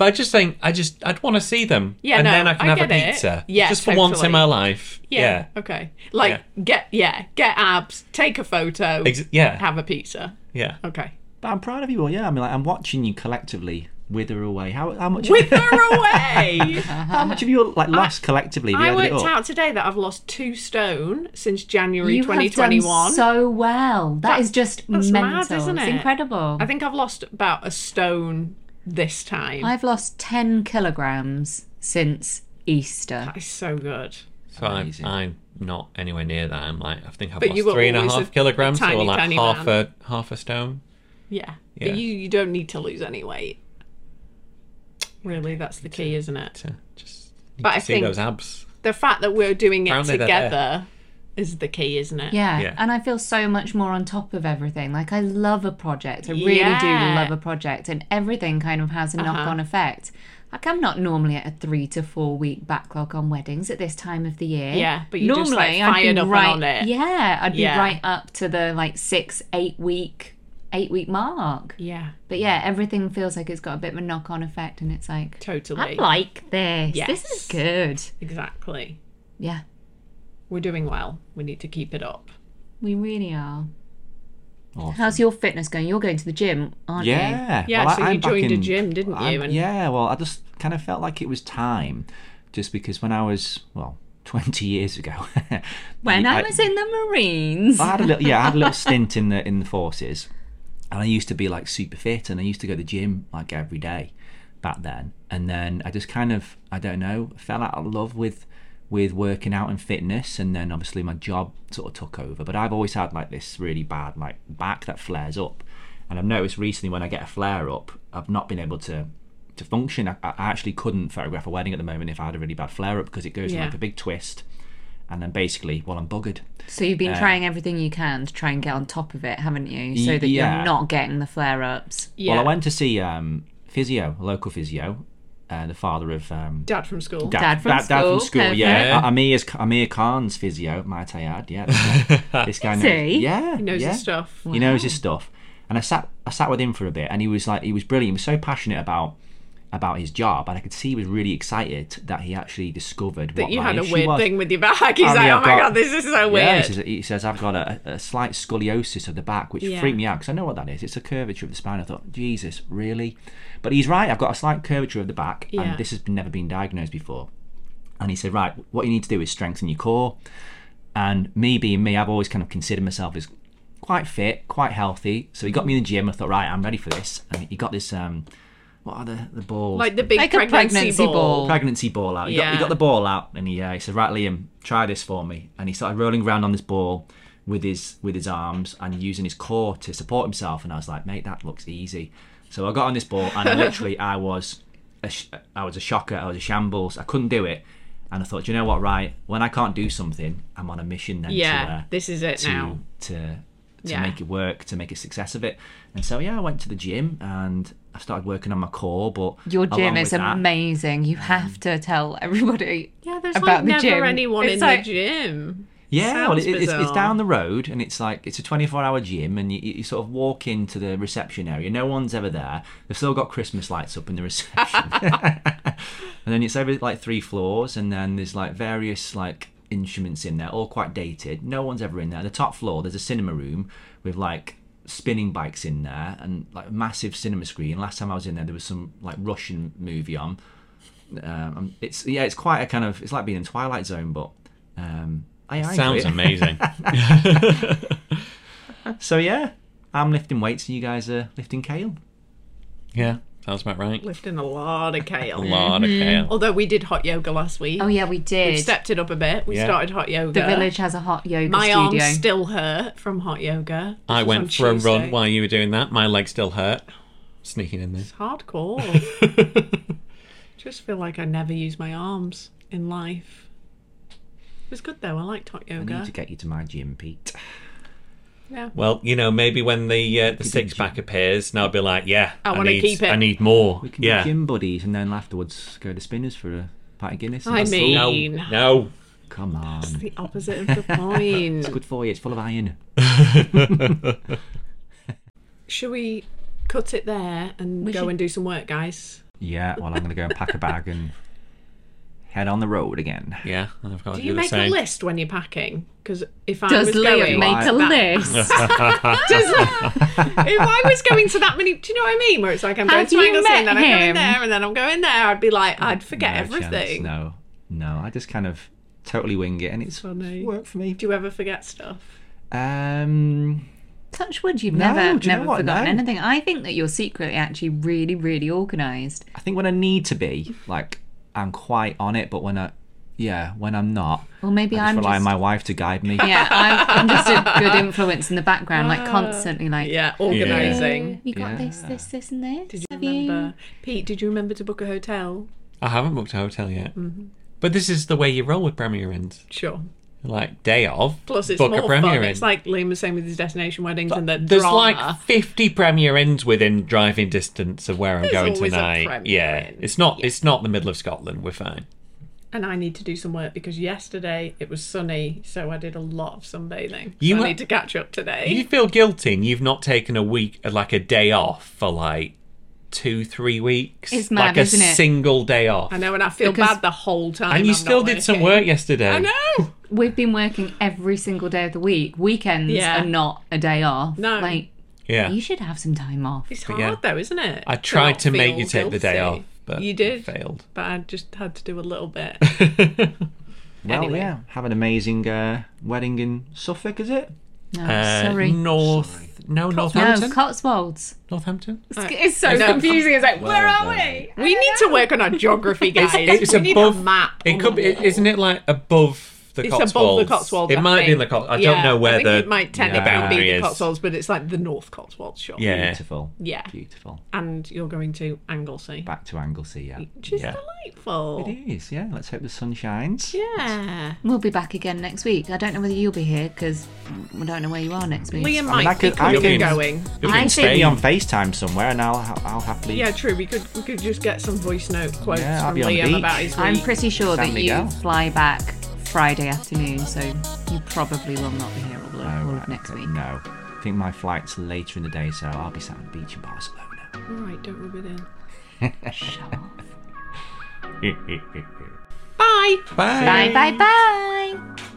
S5: I just think I just I'd want to see them.
S3: Yeah,
S5: and
S3: no,
S5: then I can
S3: I
S5: have a
S3: get it.
S5: pizza.
S3: Yeah,
S5: just for once in
S3: totally.
S5: my life.
S3: Yeah.
S5: Yeah.
S3: Okay. Like get yeah, get abs, take a photo,
S5: Ex- yeah.
S3: have a pizza.
S5: yeah.
S3: Okay.
S1: but I'm proud of you all yeah I mean like I'm watching you collectively wither away how, how much
S3: Wither away.
S1: How much have you like lost collectively? Have you
S3: I
S1: added it
S3: worked
S1: up?
S3: out today that I've lost two stone since January
S2: You have done
S3: 2021.
S2: so well. that is just
S3: that's
S2: mental.
S3: mad, isn't
S2: It's
S3: it?
S2: incredible.
S3: I think I've lost about a stone this time.
S2: I've lost 10 kilograms since Easter.
S3: that is so good.
S5: So I'm,
S1: Amazing.
S5: I'm not anywhere near that. I'm like, I think I've
S3: But you
S5: lost
S3: were
S5: three and a
S3: always
S5: half
S3: a
S5: kilograms,
S3: tiny,
S5: or like
S3: tiny
S5: half
S3: man.
S5: a half a stone.
S3: Yeah.
S5: Yeah.
S3: But you, you don't need to lose any weight. Really, that's the key, isn't it?
S5: To just need
S3: But
S5: to
S3: I
S5: see
S3: think-
S5: those abs.
S3: The fact that we're doing it
S5: Apparently they're
S3: together is the key, isn't it?
S2: Yeah.
S5: Yeah.
S2: and I feel so much more on top of everything. Like I love a project. I really
S3: Yeah. Uh-huh.
S2: do love a project, and everything kind of has a knock-on effect. Like I'm not normally at a three to four week backlog on weddings at this time of the year.
S3: Yeah, but you're just, like,
S2: I'd be
S3: fired up and
S2: right,
S3: on it.
S2: Yeah, I'd be
S3: Yeah.
S2: right up to the like six, eight week, eight week mark.
S3: Yeah.
S2: But yeah, everything feels like it's got a bit of a knock-on effect, and it's like I
S3: Totally.
S2: like this. This
S3: Yes.
S2: is good.
S3: exactly.
S2: Yeah,
S3: We're doing well. We need to keep it up.
S2: we really are.
S1: Awesome.
S2: How's your fitness going? You're going to the gym, aren't you?
S1: Yeah.
S3: Yeah,
S1: well, I-
S3: so you
S1: I'm back
S3: joined a
S1: in-
S3: gym, didn't
S1: I'm-
S3: you? And-
S1: Yeah, well, I just kind of felt like it was time, just because when I was well, 20 years ago,
S2: When I, was in the Marines.
S1: I had a little, yeah, I had a little stint in the in the forces, and I used to be like super fit, and I used to go to the gym like every day back then, and then I just kind of, I don't know, fell out of love with with working out and fitness, and then obviously my job sort of took over. But I've always had like this really bad like back that flares up, and I've noticed recently when I get a flare up, I've not been able to. To function, I, I actually couldn't photograph a wedding at the moment if I had a really bad flare up because it goes from
S3: Yeah.
S1: like a big twist, and then basically, well, I'm buggered.
S2: so you've been trying everything you can to try and get on top of it, haven't you? So that
S1: Yeah.
S2: you're not getting the flare ups.
S3: Yeah.
S1: Well, I went to see um, physio, a local physio, uh, the father of um,
S3: Dad from school.
S2: Dad from
S1: Dad from
S2: school,
S1: school. Yeah,
S5: perfect.
S1: A- Amir Amir Khan's physio, might I add. Yeah, this guy, this guy
S2: Is
S1: knows.
S2: he?
S1: Yeah,
S3: He knows
S1: yeah.
S3: his stuff.
S1: He knows his stuff. And I sat I sat with him for a bit, and he was like, he was brilliant. He was so passionate about about his job, and I could see he was really excited that he actually discovered
S3: That
S1: what
S3: you
S1: my
S3: had a
S1: issue
S3: weird
S1: was.
S3: thing with your back. He's
S1: Oh,
S3: like,
S1: yeah,
S3: oh my
S1: but-
S3: god, this is so
S1: Yeah, he
S3: weird.
S1: says, he says I've got a, a slight scoliosis of the back, which
S3: Yeah.
S1: freaked me out because I know what that is. It's a curvature of the spine. I thought, Jesus, really? But he's right. I've got a slight curvature of the back,
S3: Yeah.
S1: and this has never been diagnosed before. And he said, right, what you need to do is strengthen your core. And me being me, I've always kind of considered myself as quite fit, quite healthy. So he got me in the gym. I thought, right, I'm ready for this. And he got this. um What are the the balls?
S3: like the big
S2: Like a
S3: pregnancy,
S2: pregnancy
S3: ball.
S2: ball.
S1: pregnancy ball out. He, got, he
S3: Yeah.
S1: got the ball out and he, uh, he said, "Right, Liam, try this for me." And he started rolling around on this ball with his with his arms and using his core to support himself. And I was like, "Mate, that looks easy." So I got on this ball and literally I was a sh- I was a shocker. I was a shambles. I couldn't do it. And I thought, "Do you know what? Right, when I can't do something, I'm on a mission then to uh,
S3: Yeah, this is it
S1: to
S3: now.
S1: to to
S3: Yeah.
S1: make it work, to make a success of it." And so yeah, I went to the gym and I started working on my core. But
S2: Your
S1: along
S2: gym is
S1: with that-
S2: amazing. You have to tell everybody.
S3: Yeah, there's
S2: about
S3: like
S2: the
S3: never
S2: gym.
S3: anyone
S2: It's
S3: in
S2: like-
S3: the gym.
S1: Yeah, well,
S3: Sounds
S1: it, it- it's, it's
S3: bizarre.
S1: down the road, and it's like it's a 24-hour gym, and you, you sort of walk into the reception area. No one's ever there. They've still got Christmas lights up in the reception, and then it's over like three floors, and then there's like various like instruments in there, all quite dated. No one's ever in there. The top floor, there's a cinema room with like spinning bikes in there, and like a massive cinema screen. Last time I was in there, there was some like Russian movie on. Um, it's yeah, it's quite a kind of it's like being in Twilight Zone, but um, I, I
S5: Sounds
S1: enjoy it.
S5: amazing.
S1: So yeah, I'm lifting weights and you guys are lifting kale.
S5: yeah, sounds about right.
S3: Lifting a lot of kale.
S5: A lot of kale.
S3: Mm-hmm. Although we did hot yoga last week.
S2: Oh yeah, we
S3: We
S2: did.
S3: stepped it up a bit. We
S5: Yeah.
S3: started hot yoga.
S2: the village has a hot yoga
S3: My
S2: studio.
S3: arms still hurt from hot yoga. This
S5: I
S3: was on
S5: went for
S3: Tuesday.
S5: a run while you were doing that. My legs still hurt. Sneaking in there.
S3: It's hardcore. Just feel like I never use my arms in life. It was good though. I liked hot
S1: I need
S3: yoga.
S1: to get you to my gym, Pete.
S3: Yeah.
S5: Well, you know, maybe when the uh, the six pack appears, and I'll be like, yeah,
S3: I wanna
S5: need-
S3: keep it.
S5: I need more.
S1: We can
S5: yeah.
S1: be gym buddies and then afterwards go to Spinners for a pint of Guinness. and
S3: I
S1: that's
S3: mean-
S1: all.
S5: No, no.
S1: come on, it's
S3: The opposite of the point.
S1: good for you. It's full of iron.
S3: Should we cut it there and
S2: We
S3: go
S2: should-
S3: and do some work, guys?
S1: Yeah, well, I'm gonna go and pack a bag and head on the road again.
S5: Yeah, I've got to
S3: Do
S5: do,
S3: you
S5: the
S3: make a
S5: same.
S3: list when you're packing? Because if I
S2: Does
S3: was
S2: Liam
S3: going,
S2: make a list?
S3: Does- if I was going to that many, do you know what I mean? Where it's like I'm going
S2: Have
S3: to
S2: you
S3: Anglesey, and then
S2: met
S3: I'm going
S2: him?
S3: there, and then I'm going there. I'd be like, I'd forget
S1: No chance,
S3: everything.
S1: No, no, I just kind of totally wing it, and it's
S3: Funny.
S1: worked for me.
S3: Do you ever forget stuff?
S1: Um,
S2: Touch wood, you've
S1: No,
S2: never
S1: do you know
S2: never
S1: what?
S2: forgotten
S1: No.
S2: anything. I think that you're secretly actually really, really organised.
S1: I think when I need to be, like, I'm quite on it, but when I, yeah, when I'm not,
S2: Well, maybe
S1: I just
S2: I'm
S1: rely on
S2: just
S1: my wife to guide me.
S2: yeah, I'm, I'm just a good influence in the background,
S3: Ah.
S2: like constantly, like
S3: Yeah, organising.
S2: You got
S1: Yeah.
S2: this, this, this, and this.
S3: Did you
S2: Have
S3: remember, Pete? Did you remember to book a hotel?
S5: I haven't booked a hotel yet.
S3: Mm-hmm.
S5: But this is the way you roll with Premier Inns.
S3: Sure.
S5: Like, day of,
S3: Plus, it's
S5: book
S3: more
S5: a Premier
S3: fun.
S5: Inn.
S3: It's like Liam was saying with his destination weddings and the
S5: There's
S3: drama.
S5: like 50 Premier Inns within driving distance of where I'm
S3: There's
S5: going
S3: always a
S5: tonight.
S3: Premier
S5: Yeah,
S3: Inn.
S5: it's not it's not the middle of Scotland. We're fine.
S3: and I need to do some work because yesterday it was sunny, so I did a lot of sunbathing.
S5: You
S3: so
S5: were-
S3: I need to catch up today.
S5: You feel guilty and you've not taken a week, like a day off for like two, three weeks.
S2: It's mad,
S5: like a
S2: isn't it?
S5: single day off.
S3: I know, and I feel
S2: Because-
S3: bad the whole time.
S5: And you
S3: I'm
S5: still
S3: not
S5: did some
S3: working.
S5: work yesterday.
S3: I know.
S2: We've been working every single day of the week. Weekends
S3: Yeah.
S2: are not a day off.
S3: No.
S2: like
S5: Yeah.
S2: you should have some time off.
S3: It's
S5: But
S3: hard
S5: yeah.
S3: though, isn't it?
S5: I tried
S3: not
S5: to make
S3: feel
S5: you take the day
S3: guilty.
S5: off, but
S3: you did,
S5: I failed.
S3: but I just had to do a little bit.
S1: Well,
S3: Anyway.
S1: yeah, have an amazing uh, wedding in Suffolk, is it?
S2: No,
S5: Uh,
S2: sorry.
S5: North. No,
S2: no,
S5: Northampton.
S2: Cotswolds.
S5: Northampton.
S2: It's, it's so
S3: know.
S2: confusing. It's like, where are
S1: done.
S2: we?
S3: we need to work on our geography, guys.
S5: It's
S3: we
S5: above.
S3: need a map.
S5: It
S3: on
S5: could. Be,
S3: the wall.
S5: isn't it like above the
S3: It's
S5: Cotswolds?
S3: above the Cotswolds.
S5: It
S3: I
S5: might be in the
S3: think.
S5: Cotswolds. I
S3: Yeah,
S5: don't know where
S3: I think
S5: the
S3: it might
S5: the
S3: technically
S5: boundary
S3: be the
S5: is.
S3: Cotswolds, but it's like the North Cotswolds, sure.
S5: Yeah.
S1: Beautiful.
S3: Yeah.
S1: Beautiful.
S3: And you're going to Anglesey,
S1: Back to Anglesey, yeah.
S3: which is
S5: Yeah.
S3: delightful.
S1: It is, yeah. Let's hope the sun shines.
S3: Yeah.
S2: We'll be back again next week. I don't know whether you'll be here because we don't know where you are next week.
S3: Liam
S1: I mean, I
S3: might be
S1: could- I
S3: coming and
S5: could-
S3: going.
S5: You'll be
S2: I
S5: in
S2: think-
S1: Be
S5: Spain.
S1: on FaceTime somewhere and I'll, I'll happily.
S3: Yeah, true. We could we could just get some voice note quotes
S1: Yeah, I'll
S3: from
S1: be on the
S3: Liam
S1: beach.
S3: about his week.
S2: I'm pretty sure
S1: San
S2: that
S1: Miguel.
S2: you fly back Friday afternoon, so you probably will not be here
S1: Oh,
S2: all, of- all
S1: right,
S2: of next
S1: okay,
S2: week.
S1: No. I think my flight's later in the day, so I'll be sat on the beach in Barcelona.
S3: All right, don't rub it in.
S2: Shut up.
S3: Bye.
S5: Bye.
S2: Bye, bye, bye.